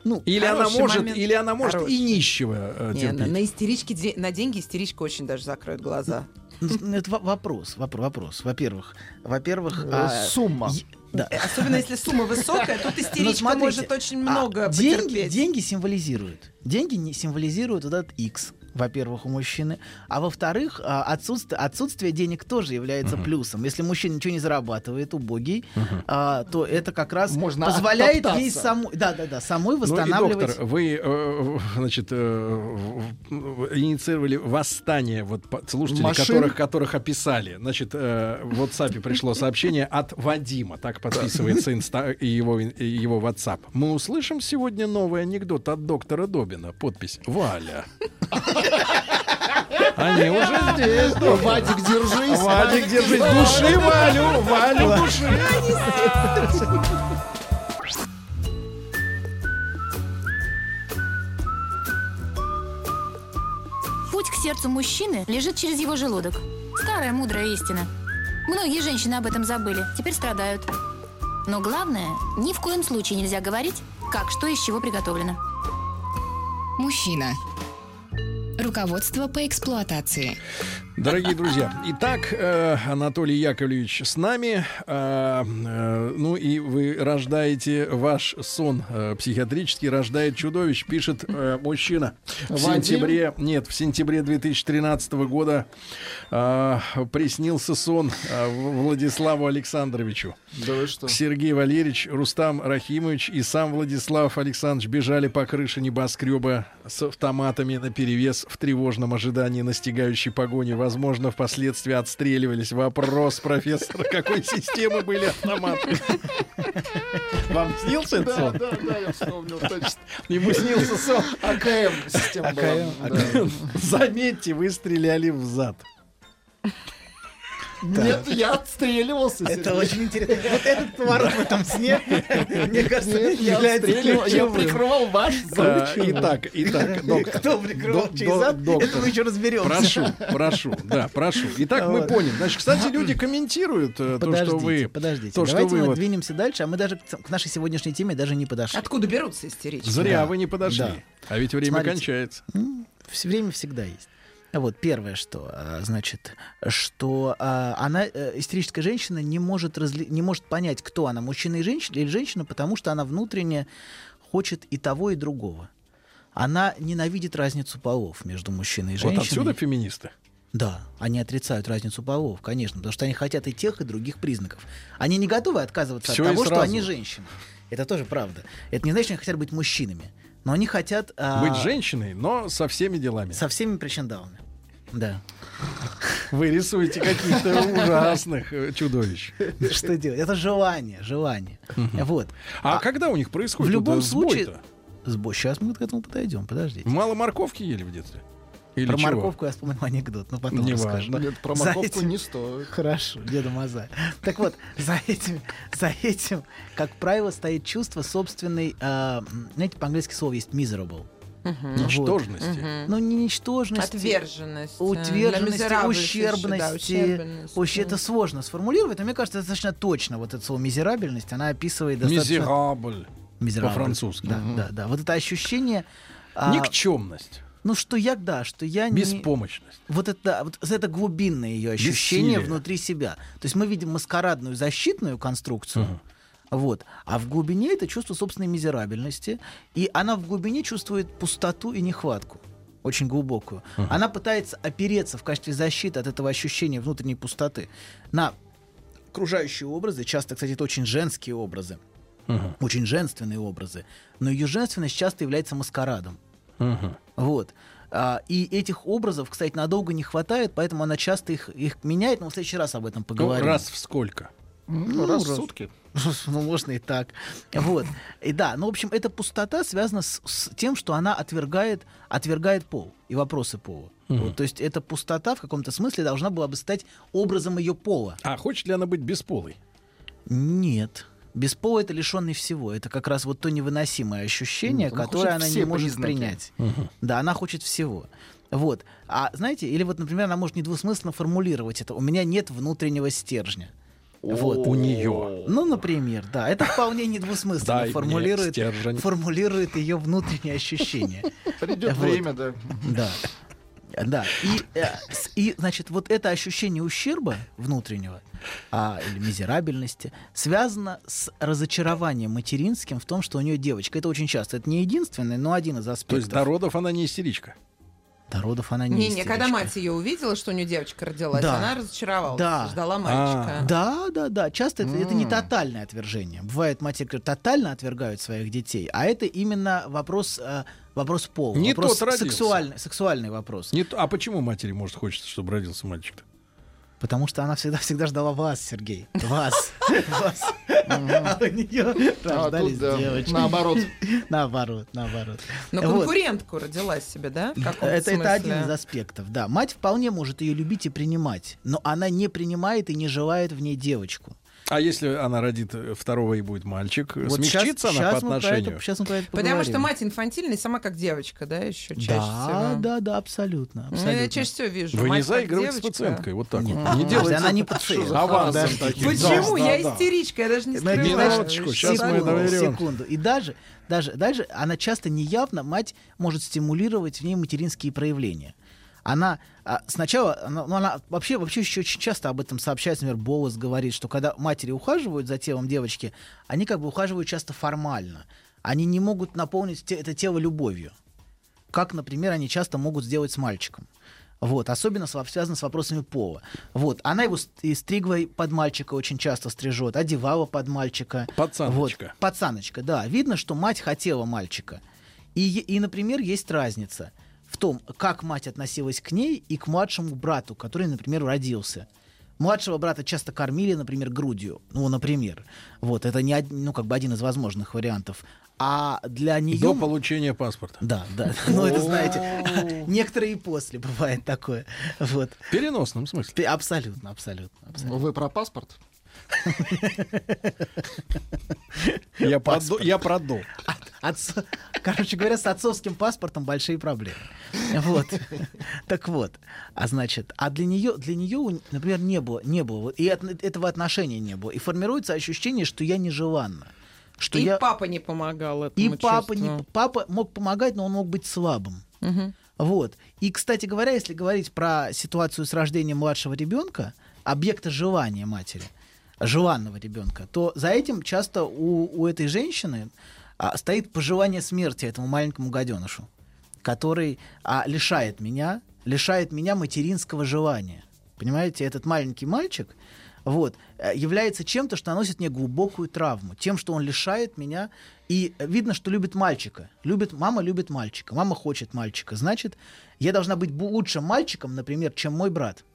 Speaker 6: Ну,
Speaker 5: Или она
Speaker 7: Хороший
Speaker 5: может,
Speaker 7: момент.
Speaker 5: или она может и
Speaker 7: Хороший.
Speaker 5: нищего э,
Speaker 7: Не, на,
Speaker 5: терпеть?
Speaker 7: на истеричке, де- на деньги истеричка очень даже закроет глаза.
Speaker 6: Ну, Это во- вопрос, вопро- вопрос. Во-первых, во-первых, а,
Speaker 8: Сумма.
Speaker 6: е- да.
Speaker 7: Э, Особенно если сумма высокая, тут
Speaker 6: Ну,
Speaker 7: истеричка
Speaker 6: смотрите,
Speaker 7: может очень
Speaker 6: а,
Speaker 7: много
Speaker 6: деньги,
Speaker 7: потерпеть.
Speaker 6: деньги символизируют. Деньги не символизируют вот этот X, во-первых, у мужчины. А во-вторых, а, отсутствие, отсутствие денег тоже является плюсом. Если мужчина ничего не зарабатывает, убогий, а, то это как раз
Speaker 8: Можно
Speaker 6: позволяет ей
Speaker 8: оттоптаться.
Speaker 6: самой, да, да, да,
Speaker 5: Ну
Speaker 6: самой
Speaker 5: и,
Speaker 6: восстанавливать.
Speaker 5: доктор, вы, э, значит, э, в- в- инициировали восстание вот по- слушателей,
Speaker 8: Машин.
Speaker 5: которых, которых описали. Значит, э, в WhatsApp пришло сообщение от Вадима, так подписывается инста и его, и его WhatsApp. Мы услышим сегодня новый анекдот от доктора Добина. Подпись Валя. Они уже здесь. доктор.
Speaker 8: Вадик, держись.
Speaker 5: Вадик, держись. Души Валю, Валю, души.
Speaker 3: сердцу мужчины лежит через его желудок. Старая мудрая истина. Многие женщины об этом забыли, теперь страдают. Но главное, ни в коем случае нельзя говорить, как что из чего приготовлено.
Speaker 4: Мужчина. Руководство по эксплуатации.
Speaker 5: Дорогие друзья, итак, э, Анатолий Яковлевич с нами. Э, э, Ну и вы рождаете, ваш сон э, психиатрический рождает чудовищ, пишет э, мужчина. В
Speaker 8: Вадим?
Speaker 5: сентябре, нет, в сентябре 2013 года э, приснился сон э, Владиславу Александровичу.
Speaker 8: Да вы что?
Speaker 5: Сергей Валерьевич, Рустам Рахимович и сам Владислав Александрович бежали по крыше небоскреба с автоматами наперевес в тревожном ожидании настигающей погони. Возможно, впоследствии отстреливались. Вопрос профессора, какой системы были автоматы? Вам снился этот
Speaker 8: Да,
Speaker 5: сон?
Speaker 8: да, да, я вспомнил, точно.
Speaker 5: Ему снился сон.
Speaker 8: АКМ система была.
Speaker 6: АКМ.
Speaker 8: да.
Speaker 5: Заметьте, вы стреляли в зад.
Speaker 8: Нет, я отстреливался.
Speaker 6: Это
Speaker 8: Сергей.
Speaker 6: очень интересно. Вот этот поворот в этом сне, мне кажется,
Speaker 8: Нет, я
Speaker 6: является
Speaker 8: отстреливал, я
Speaker 6: ключевым.
Speaker 8: прикрывал ваш зад.
Speaker 5: Э, Итак, итак, доктор.
Speaker 6: Кто прикрывал
Speaker 5: До-
Speaker 6: чей
Speaker 5: до-
Speaker 6: зад, это
Speaker 5: доктор.
Speaker 6: мы еще разберемся.
Speaker 5: Прошу, прошу, да, прошу. Итак, мы
Speaker 6: Вот.
Speaker 5: поняли. Значит, кстати, люди комментируют э, то,
Speaker 6: Подождите,
Speaker 5: что вы...
Speaker 6: подождите.
Speaker 5: то, что
Speaker 6: Давайте
Speaker 5: вы
Speaker 6: мы
Speaker 5: вот-
Speaker 6: двинемся дальше, а мы даже к ц- к нашей сегодняшней теме даже не подошли.
Speaker 7: Откуда берутся истерички?
Speaker 5: Зря
Speaker 6: Да.
Speaker 5: вы не подошли.
Speaker 6: Да.
Speaker 5: А ведь время
Speaker 6: Смотрите.
Speaker 5: кончается.
Speaker 6: Вс- Время всегда есть. А Вот первое, что а, значит, что а, она э, истерическая женщина не может разли- не может понять, кто она, мужчина и женщина или женщина, потому что она внутренне хочет и того и другого. Она ненавидит разницу полов между мужчиной и женщиной.
Speaker 5: Вот отсюда феминисты.
Speaker 6: Да, они отрицают разницу полов, конечно, потому что они хотят и тех, и других признаков. Они не готовы отказываться
Speaker 5: Всё и
Speaker 6: от того, что
Speaker 5: сразу.
Speaker 6: они женщины. Это тоже правда. Это не значит, что они хотят быть мужчинами, но они хотят а,
Speaker 5: Быть женщиной, но со всеми делами.
Speaker 6: со всеми причиндалами. Да.
Speaker 5: Вы рисуете каких-то ужасных э, чудовищ.
Speaker 6: Что делать? Это желание, желание. Вот.
Speaker 5: А, когда у них происходит
Speaker 6: в любом
Speaker 5: этот э, сбой-то?
Speaker 6: случае- Сейчас мы к этому подойдем, подождите.
Speaker 5: Мало морковки ели в детстве? Или
Speaker 6: Про
Speaker 5: чего?
Speaker 6: морковку я вспомнил анекдот, но потом
Speaker 5: Неважно.
Speaker 6: расскажу.
Speaker 8: Нет, про
Speaker 6: За
Speaker 8: морковку
Speaker 6: этим-
Speaker 8: не стоит.
Speaker 6: Хорошо, Деда Маза. Так вот, за этим, за этим, как правило, стоит чувство собственной, а, м, знаете, по-английски слово есть miserable.
Speaker 7: Мгм.
Speaker 6: Вот.
Speaker 5: Ничтожности.
Speaker 7: Мгм.
Speaker 6: Ну, не ничтожности.
Speaker 7: Отверженность. э,
Speaker 6: Утверженности,
Speaker 7: miserable ещё, да,
Speaker 6: ущербности.
Speaker 7: ущербность,
Speaker 6: Вообще,
Speaker 7: да.
Speaker 6: это сложно сформулировать, но мне кажется, достаточно точно вот это слово мизерабельность, она описывает достаточно...
Speaker 5: Мизерабль.
Speaker 6: Miserable.
Speaker 5: по-французски.
Speaker 6: Да,
Speaker 5: Мгм.
Speaker 6: да, да. Вот это ощущение... а,
Speaker 5: Никчемность.
Speaker 6: ну, что я, да, что я не...
Speaker 5: Беспомощность.
Speaker 6: Вот это, да, вот это глубинное ее ощущение
Speaker 5: Бессилие.
Speaker 6: внутри себя. То есть мы видим маскарадную защитную конструкцию, вот, а в глубине это чувство собственной мизерабельности, и она в глубине чувствует пустоту и нехватку очень глубокую. Она пытается опереться в качестве защиты от этого ощущения внутренней пустоты на окружающие образы, часто, кстати, это очень женские образы,
Speaker 5: Мгм.
Speaker 6: очень женственные образы, но ее женственность часто является маскарадом.
Speaker 5: Мгм.
Speaker 6: Вот. А, и этих образов, кстати, надолго не хватает, поэтому она часто их, их меняет, но в следующий раз об этом
Speaker 5: Ну,
Speaker 6: поговорим.
Speaker 5: раз в сколько?
Speaker 8: Ну, раз в
Speaker 6: раз.
Speaker 8: сутки.
Speaker 6: Ну, можно и так. Вот. И да, ну, в общем, эта пустота связана с, с тем, что она отвергает, отвергает пол и вопросы пола. Вот, то есть эта пустота в каком-то смысле должна была бы стать образом ее пола.
Speaker 5: А хочет ли она быть бесполой?
Speaker 6: Нет. Без пола это лишенный всего. Это как раз вот то невыносимое ощущение,
Speaker 5: Ну,
Speaker 8: Нет, она
Speaker 6: которое
Speaker 8: хочет
Speaker 6: она не
Speaker 8: все
Speaker 6: может
Speaker 8: признаки.
Speaker 6: принять. Да, она хочет всего. Вот. А знаете, или вот, например, она может недвусмысленно формулировать это. У меня нет внутреннего стержня. Вот.
Speaker 5: У нее.
Speaker 6: Ну, например, да, это вполне недвусмысленно
Speaker 5: Дай мне
Speaker 6: формулирует,
Speaker 5: стержень.
Speaker 6: формулирует ее внутреннее ощущение.
Speaker 8: Придет
Speaker 6: Вот.
Speaker 8: время, да.
Speaker 6: Да. Да. И, э, с- и, значит, вот это ощущение ущерба внутреннего а, или мизерабельности связано с разочарованием материнским в том, что у нее девочка. Это очень часто. Это не единственный, но один из
Speaker 5: То
Speaker 6: аспектов.
Speaker 5: есть до родов она не истеричка.
Speaker 6: До родов она не
Speaker 7: Не-не,
Speaker 6: истеричка.
Speaker 7: когда мать ее увидела, что у нее девочка родилась,
Speaker 6: Да.
Speaker 7: она разочаровалась,
Speaker 6: Да. А,
Speaker 7: ждала мальчика.
Speaker 6: Да, да, да. Часто это, это не тотальное отвержение. Бывает, матери которые тотально отвергают своих детей, а это именно вопрос, э, вопрос пола.
Speaker 5: Не
Speaker 6: вопрос
Speaker 5: тот родился.
Speaker 6: сексуальный, сексуальный вопрос.
Speaker 5: Не то- а почему матери, может, хочется, чтобы родился мальчик-то?
Speaker 6: Потому что она всегда всегда ждала вас, Сергей. Вас. Вас. А у нее
Speaker 8: А
Speaker 6: рождались
Speaker 8: тут, да,
Speaker 6: девочки.
Speaker 8: наоборот.
Speaker 6: Наоборот, наоборот.
Speaker 7: Но
Speaker 6: Вот.
Speaker 7: конкурентку родилась себе, да? Ну, В каком
Speaker 6: Это,
Speaker 7: смысле?
Speaker 6: это один из аспектов, да. Мать вполне может ее любить и принимать, но она не принимает и не желает в ней девочку.
Speaker 5: А если она родит э, второго и будет мальчик, э,
Speaker 6: Вот щас-
Speaker 5: смягчится она
Speaker 6: щас
Speaker 5: по
Speaker 6: мы про это-
Speaker 5: отношению?
Speaker 6: щас мы про это
Speaker 7: Потому что
Speaker 6: поговорим.
Speaker 7: мать инфантильная, и сама как девочка, да, еще чаще
Speaker 6: Да,
Speaker 7: всего.
Speaker 6: да, да, абсолютно.
Speaker 7: Ну, я
Speaker 6: абсолютно.
Speaker 7: чаще всего вижу.
Speaker 5: Вы не
Speaker 7: мать как
Speaker 5: заигрываете с
Speaker 7: девочка.
Speaker 5: пациенткой, вот так
Speaker 6: Нет,
Speaker 5: вот.
Speaker 6: подожди,
Speaker 5: Не делайте
Speaker 6: она не пациент.
Speaker 5: авансом
Speaker 6: Даже-
Speaker 5: таким.
Speaker 7: Почему?
Speaker 8: Да,
Speaker 7: я
Speaker 8: да, да.
Speaker 7: истеричка, я даже не
Speaker 6: Знаете,
Speaker 7: скрываю.
Speaker 6: знаешь,
Speaker 5: минуточку, щас мы
Speaker 6: секунду,
Speaker 5: доверем.
Speaker 6: Секунду. И даже, даже, даже она часто неявно, мать может стимулировать в ней материнские проявления. Она а, сначала, она, ну, она вообще, вообще еще очень часто об этом сообщает, например, Болос говорит, что когда матери ухаживают за телом девочки, они как бы ухаживают часто формально. Они не могут наполнить те- это тело любовью как, например, они часто могут сделать с мальчиком. Вот, особенно сва- связано с вопросами пола. Вот, она его ст- и стригла и под мальчика очень часто стрижет, одевала под мальчика.
Speaker 5: Пацаночка.
Speaker 6: Вот, пацаночка, да. Видно, что мать хотела мальчика. И, е- и, например, есть разница в том, как мать относилась к ней и к младшему брату, который, например, родился. Младшего брата часто кормили, например, грудью. Ну, например. Вот, это не од- ну, как бы один из возможных вариантов. А для нее...
Speaker 5: До получения паспорта.
Speaker 6: Да, да. Ну, это, знаете, некоторые и после бывает такое. Вот.
Speaker 5: В переносном смысле.
Speaker 6: Пе- Абсолютно, абсолютно. абсолютно.
Speaker 8: Вы про паспорт?
Speaker 5: Я, продо- я продол.
Speaker 6: Отц- Короче говоря, с отцовским паспортом большие проблемы. Вот. Так вот. А значит, а для нее, для нее, например, не было, не было, вот, и от- этого отношения не было. И формируется ощущение, что я нежеланна. Что
Speaker 7: И
Speaker 6: я...
Speaker 7: папа не помогал этому
Speaker 6: И папа, не-
Speaker 7: чувству.
Speaker 6: папа мог помогать, но он мог быть слабым.
Speaker 7: ну. Мгм.
Speaker 6: Вот. И, кстати говоря, если говорить про ситуацию с рождением младшего ребенка, объекта желания матери, желанного ребенка, то за этим часто у, у этой женщины а, стоит пожелание смерти этому маленькому гаденышу, который а, лишает меня, лишает меня материнского желания. Понимаете, этот маленький мальчик вот, э, является чем-то, что наносит мне глубокую травму, тем, что он лишает меня. И видно, что любит мальчика. Любит, мама любит мальчика, мама хочет мальчика. Значит, я должна быть бу- лучшим мальчиком, например, чем мой брат.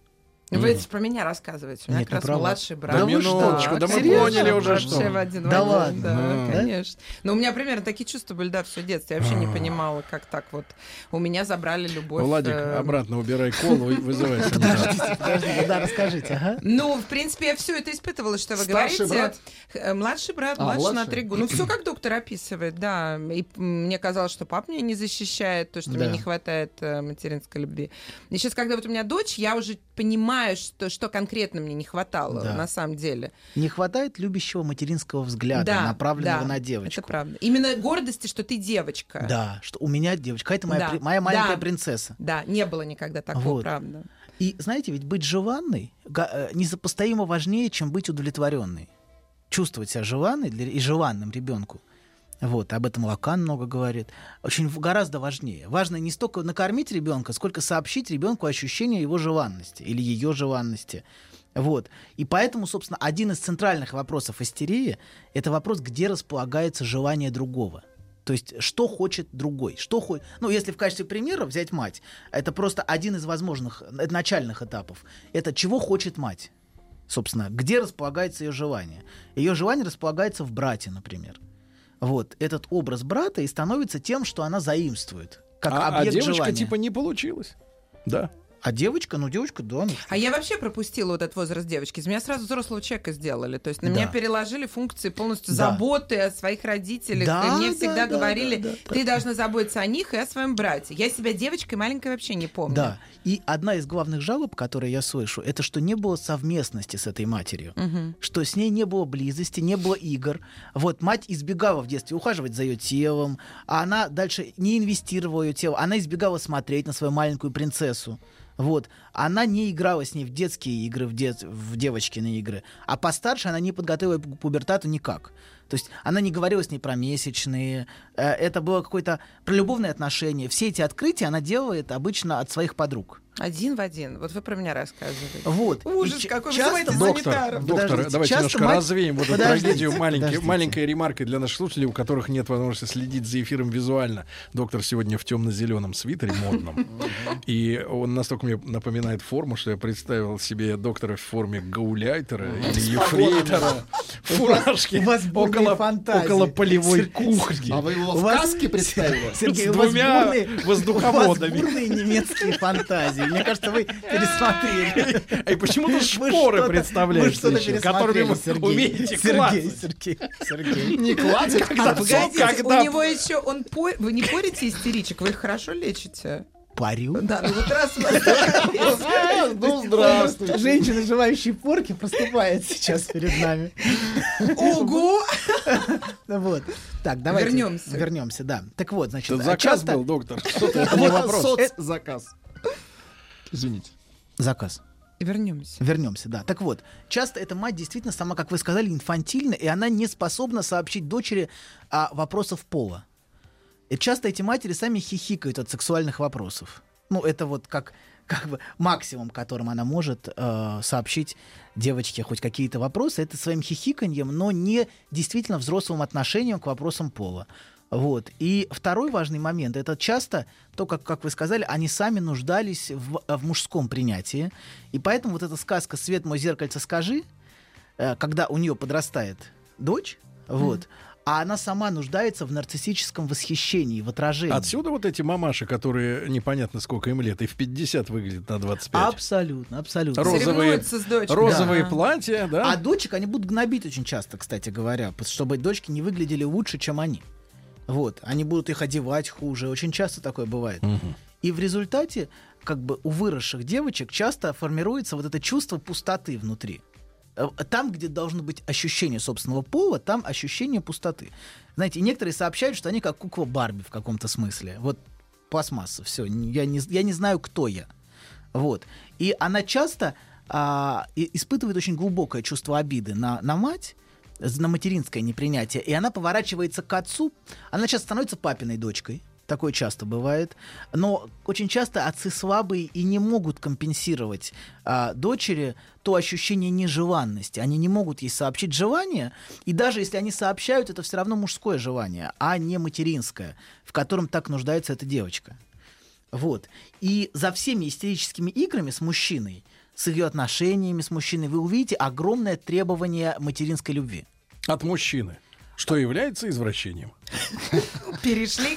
Speaker 7: Вы это про меня рассказываете. У меня
Speaker 6: Нет,
Speaker 7: как раз
Speaker 6: не про вас.
Speaker 7: младший брат.
Speaker 5: Да
Speaker 6: вы
Speaker 5: минуточку,
Speaker 6: что?
Speaker 5: да мы
Speaker 6: Серьезно?
Speaker 5: поняли уже,
Speaker 7: Вообще
Speaker 5: что...
Speaker 7: в один в
Speaker 6: Да А. ладно.
Speaker 7: один, Да,
Speaker 5: Ну.
Speaker 7: конечно. Но у меня примерно такие чувства были, да, все детство. Я вообще не понимала, как так вот. У меня забрали любовь.
Speaker 5: Владик,
Speaker 7: э,
Speaker 5: обратно убирай колу и вызывай санитара.
Speaker 6: Типа, Подождите, да, расскажите. ага.
Speaker 7: Ну, в принципе, я все это испытывала, что вы
Speaker 8: Старший
Speaker 7: говорите.
Speaker 8: брат?
Speaker 7: Э, Младший брат,
Speaker 8: А,
Speaker 7: младший на
Speaker 8: младший.
Speaker 7: три года. Ну, все как доктор описывает, да. И м, мне казалось, что пап меня не защищает, то, что
Speaker 6: Да.
Speaker 7: мне не хватает э, материнской любви. И сейчас, когда вот у меня дочь, я уже понимаю, что, что конкретно мне не хватало
Speaker 6: Да.
Speaker 7: на самом деле.
Speaker 6: Не хватает любящего материнского взгляда,
Speaker 7: Да,
Speaker 6: направленного
Speaker 7: да,
Speaker 6: на
Speaker 7: Это
Speaker 6: девочку.
Speaker 7: правда. Именно гордости, что ты девочка.
Speaker 6: Да, что у меня девочка, это моя,
Speaker 7: Да,
Speaker 6: при- моя маленькая
Speaker 7: да.
Speaker 6: принцесса.
Speaker 7: Да, не было никогда такого,
Speaker 6: Вот.
Speaker 7: правда.
Speaker 6: И знаете, ведь быть желанной га- э, несопоставимо важнее, чем быть удовлетворенной. Чувствовать себя желанной для, и желанным ребенку. Вот, об этом Лакан много говорит. Очень в- гораздо важнее. Важно не столько накормить ребенка, сколько сообщить ребенку ощущение его желанности или ее желанности. Вот. И поэтому, собственно, один из центральных вопросов истерии – это вопрос, где располагается желание другого. То есть, что хочет другой, что хочет... Ну, если в качестве примера взять мать, это просто один из возможных э, начальных этапов. Это чего хочет мать, собственно, где располагается ее желание. Ее желание располагается в брате, например. Вот, этот образ брата и становится тем, что она заимствует. Как
Speaker 5: А а
Speaker 6: объект
Speaker 5: девочка
Speaker 6: желания.
Speaker 5: типа не получилось. Да.
Speaker 6: А девочка, ну девочка, да, ну
Speaker 7: А я вообще пропустила вот этот возраст девочки. Из меня сразу взрослого человека сделали. То есть на
Speaker 6: Да.
Speaker 7: меня переложили функции полностью
Speaker 6: Да.
Speaker 7: заботы о своих родителях.
Speaker 6: Да,
Speaker 7: И мне
Speaker 6: да, да,
Speaker 7: всегда говорили,
Speaker 6: да, да,
Speaker 7: ты должна заботиться о них и о своем брате. Я себя девочкой маленькой вообще не помню.
Speaker 6: Да. И одна из главных жалоб, которые я слышу, это что не было совместности с этой матерью.
Speaker 7: Мгм.
Speaker 6: Что с ней не было близости, не было игр. Вот мать избегала в детстве ухаживать за ее телом, а она дальше не инвестировала ее тело, она избегала смотреть на свою маленькую принцессу. Вот. Она не играла с ней в детские игры, в, дет... в девочкины игры. А постарше она не подготовила к пубертату никак. То есть она не говорила с ней про месячные. э, Это было какое-то про любовные отношения. Все эти открытия она делает обычно от своих подруг.
Speaker 7: Один в один. Вот вы про меня рассказываете.
Speaker 6: Вот.
Speaker 7: Ужас,
Speaker 6: И ч-
Speaker 7: какой вы
Speaker 6: часто
Speaker 7: вызываете
Speaker 6: мать-
Speaker 5: Доктор,
Speaker 7: санитаров.
Speaker 5: доктор,
Speaker 6: Подождите,
Speaker 5: давайте
Speaker 6: часто
Speaker 5: немножко
Speaker 6: мать-
Speaker 5: развеем вот эту
Speaker 6: Подождите,
Speaker 5: трагедию маленький,
Speaker 6: подождите.
Speaker 5: маленькой ремаркой для наших слушателей, у которых нет возможности следить за эфиром визуально. Доктор сегодня в темно-зеленом свитере модном. И он настолько мне напоминает форму, что я представил себе доктора в форме гауляйтера или ефрейтора. в Фуражке
Speaker 6: у вас бурные
Speaker 5: около,
Speaker 6: фантазии.
Speaker 5: около полевой
Speaker 6: Сер-
Speaker 5: кухни.
Speaker 8: А вы его
Speaker 6: У
Speaker 8: в
Speaker 6: вас-
Speaker 8: каске представили?
Speaker 6: Сергей,
Speaker 5: С
Speaker 6: у вас
Speaker 5: двумя
Speaker 6: бурные- у вас
Speaker 5: воздуховодами.
Speaker 6: бурные немецкие фантазии. комедии. Мне кажется, вы пересмотрели.
Speaker 5: А И почему-то
Speaker 6: Вы
Speaker 5: шпоры
Speaker 6: что-то- вы
Speaker 5: представляете
Speaker 6: что-то
Speaker 5: еще, которыми вы
Speaker 6: пересмотрели,
Speaker 5: умеете
Speaker 6: Сергей,
Speaker 5: класть.
Speaker 6: Сергей, Сергей.
Speaker 8: Не кладет.
Speaker 5: Когда- когда-
Speaker 7: у него еще он по... Вы не порите истеричек, вы их хорошо лечите?
Speaker 6: Парю.
Speaker 7: Да, ну вот раз у вас такая-
Speaker 8: Ну, здравствуйте.
Speaker 6: Женщина, желающая порки, проступает сейчас перед нами.
Speaker 7: Ого!
Speaker 6: Ну Вот. Так, давайте.
Speaker 7: Вернёмся.
Speaker 6: Вернемся, да. Так вот, значит,
Speaker 5: Тут заказ
Speaker 6: часто-
Speaker 5: был, доктор. Что ты?
Speaker 6: Это не вопрос.
Speaker 8: заказ. Извините.
Speaker 6: Заказ.
Speaker 7: Вернемся.
Speaker 6: Вернемся, да. Так вот, часто эта мать действительно сама, как вы сказали, инфантильна, и она не способна сообщить дочери о вопросах пола. И Э, часто эти матери сами хихикают от сексуальных вопросов. Ну, это вот как, как бы максимум, которым она может э, сообщить девочке хоть какие-то вопросы, это своим хихиканьем, но не действительно взрослым отношением к вопросам пола. Вот. И второй важный момент, это часто то, как, как вы сказали, они сами нуждались в, э, в мужском принятии. И поэтому вот эта сказка «Свет мой зеркальце, скажи», э, когда у нее подрастает дочь, вот, а она сама нуждается в нарциссическом восхищении, в отражении.
Speaker 5: Отсюда вот эти мамаши, которые непонятно сколько им лет, и в 50 выглядят на 25.
Speaker 6: Абсолютно, абсолютно.
Speaker 5: Розовые-
Speaker 7: Соревнуются с дочкой.
Speaker 5: Розовые
Speaker 7: Да.
Speaker 5: платья,
Speaker 6: А
Speaker 5: да?
Speaker 6: дочек они будут гнобить очень часто, кстати говоря, пос- чтобы дочки не выглядели лучше, чем они. Вот, они будут их одевать хуже, очень часто такое бывает.
Speaker 5: Мгм.
Speaker 6: И в результате, как бы у выросших девочек часто формируется вот это чувство пустоты внутри. Э, Там, где должно быть ощущение собственного пола, там ощущение пустоты. Знаете, и некоторые сообщают, что они как кукла Барби в каком-то смысле. Вот пластмасса, все, я не, я не знаю, кто я. Вот. И она часто а, и- испытывает очень глубокое чувство обиды на, на мать, з- на материнское непринятие. И она поворачивается к отцу. Она часто становится папиной дочкой. Такое часто бывает. Но очень часто отцы слабые и не могут компенсировать а, дочери то ощущение нежеланности. Они не могут ей сообщить желание. И даже если они сообщают, это все равно мужское желание, а не материнское, в котором так нуждается эта девочка. Вот. И за всеми истерическими играми с мужчиной, с ее отношениями с мужчиной, вы увидите огромное требование материнской любви.
Speaker 5: От мужчины. Что является извращением.
Speaker 7: Перешли,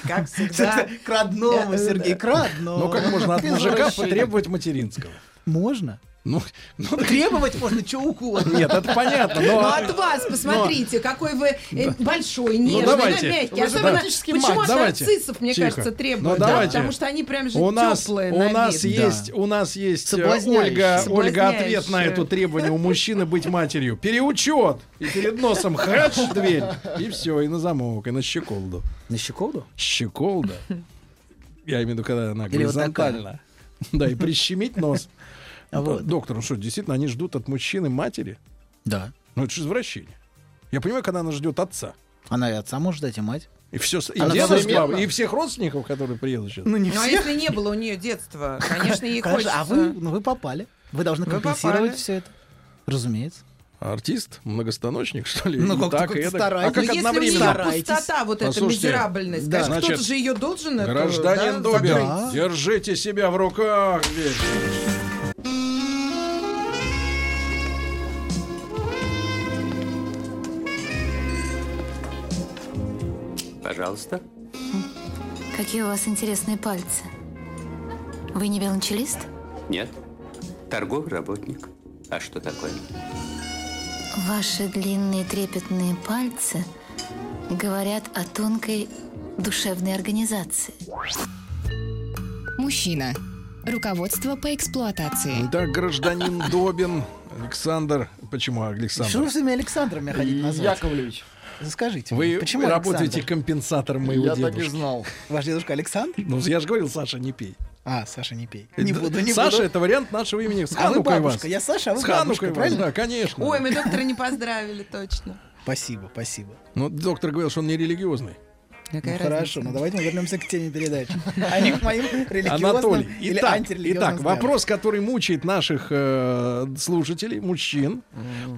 Speaker 7: как всегда.
Speaker 6: К родному, Сергей, к
Speaker 5: Но
Speaker 6: родному.
Speaker 5: Ну, как можно от мужика потребовать материнского?
Speaker 6: Можно.
Speaker 5: Ну, ну,
Speaker 6: Требовать можно чего угодно.
Speaker 5: нет, это понятно, но...
Speaker 9: Ну,
Speaker 7: а
Speaker 9: от вас, посмотрите, какой вы э, большой, нежный, да,
Speaker 5: Ну, давайте.
Speaker 9: мягкий.
Speaker 5: Вы же
Speaker 9: Особенно,
Speaker 5: практически
Speaker 9: почему
Speaker 5: мать,
Speaker 9: от
Speaker 5: давайте.
Speaker 9: нарциссов, мне
Speaker 5: Тихо.
Speaker 9: кажется,
Speaker 5: Ну,
Speaker 9: требуют? да,
Speaker 5: давайте.
Speaker 9: потому что они прям же
Speaker 5: У нас,
Speaker 9: теплые
Speaker 5: у нас
Speaker 6: вид.
Speaker 5: есть, у нас есть э, Ольга,
Speaker 6: Соблазняющие.
Speaker 5: Ольга ответ на
Speaker 7: Соблазняющие.
Speaker 5: это требование у мужчины быть матерью. Переучет и перед носом хач дверь и все и на замок и на щеколду.
Speaker 6: На щеколду?
Speaker 5: Щеколда. Я имею в виду, когда она
Speaker 6: Или вот
Speaker 5: горизонтально. да и прищемить нос.
Speaker 6: Вот.
Speaker 5: Доктор, ну что, действительно, они ждут от мужчины матери?
Speaker 6: Да.
Speaker 5: Ну это же извращение. Я понимаю, когда она ждет отца.
Speaker 6: Она и отца может дать, и мать.
Speaker 5: И, все, и,
Speaker 6: Она
Speaker 5: деда с
Speaker 8: современна.
Speaker 5: бабой, и всех родственников, которые приедут сейчас.
Speaker 6: не
Speaker 7: Ну а если не было у нее детства, конечно, ей
Speaker 6: Конечно,
Speaker 7: хочется.
Speaker 6: а вы, ну, вы попали. Вы должны
Speaker 7: Вы
Speaker 6: компенсировать
Speaker 7: попали.
Speaker 6: все это. Разумеется.
Speaker 5: Артист? Многостаночник, что ли?
Speaker 6: Ну,
Speaker 5: И
Speaker 6: как-то
Speaker 5: так,
Speaker 6: как-то
Speaker 5: и эдак.
Speaker 6: старайтесь.
Speaker 5: А как
Speaker 7: Ну, если у
Speaker 5: одновременно?
Speaker 7: нее
Speaker 6: Старайтесь.
Speaker 7: пустота, вот эта
Speaker 5: Послушайте,
Speaker 7: мизерабельность,
Speaker 6: да.
Speaker 7: конечно, кто-то
Speaker 5: Значит,
Speaker 7: же ее должен это,
Speaker 5: Гражданин
Speaker 7: да,
Speaker 5: Добин,
Speaker 7: закрыть.
Speaker 6: Да.
Speaker 5: держите себя в руках. весь.
Speaker 2: Пожалуйста.
Speaker 3: Какие у вас интересные пальцы. Вы не велончелист?
Speaker 2: Нет. Торговый работник. А что такое?
Speaker 3: Ваши длинные трепетные пальцы говорят о тонкой душевной организации.
Speaker 4: Мужчина. Руководство по эксплуатации.
Speaker 5: Итак, гражданин Добин, Александр. Почему
Speaker 6: Что вы
Speaker 5: Александр?
Speaker 6: всеми Александрами хотите назвать?
Speaker 8: Яковлевич,
Speaker 6: Скажите,
Speaker 5: Вы
Speaker 6: мне, почему
Speaker 5: работаете
Speaker 6: Александр?
Speaker 5: компенсатором моего
Speaker 8: я так и
Speaker 5: дедушки.
Speaker 8: знал.
Speaker 6: Ваш дедушка Александр?
Speaker 5: Ну, я же говорил, Саша, не пей.
Speaker 6: А, Саша, не пей. э, Не
Speaker 5: Да,
Speaker 6: буду, не
Speaker 5: Саша,
Speaker 6: буду.
Speaker 5: это вариант нашего имени. С
Speaker 6: А вы
Speaker 5: Ханукой
Speaker 6: бабушка,
Speaker 5: вас.
Speaker 6: я Саша, а вы
Speaker 5: С
Speaker 6: бабушка,
Speaker 5: Ханукой вас,
Speaker 6: правильно?
Speaker 5: да, конечно.
Speaker 7: Ой, мы доктора не поздравили, точно.
Speaker 6: Спасибо, спасибо.
Speaker 5: Ну, доктор говорил, что он не религиозный.
Speaker 6: Ну, хорошо, ну давайте мы вернемся к теме передачи. А не к моим религиозным
Speaker 5: Анатолий,
Speaker 6: или
Speaker 5: итак,
Speaker 6: антирелигиозным
Speaker 5: итак,
Speaker 6: взглядам.
Speaker 5: вопрос, который мучает наших э, слушателей, мужчин,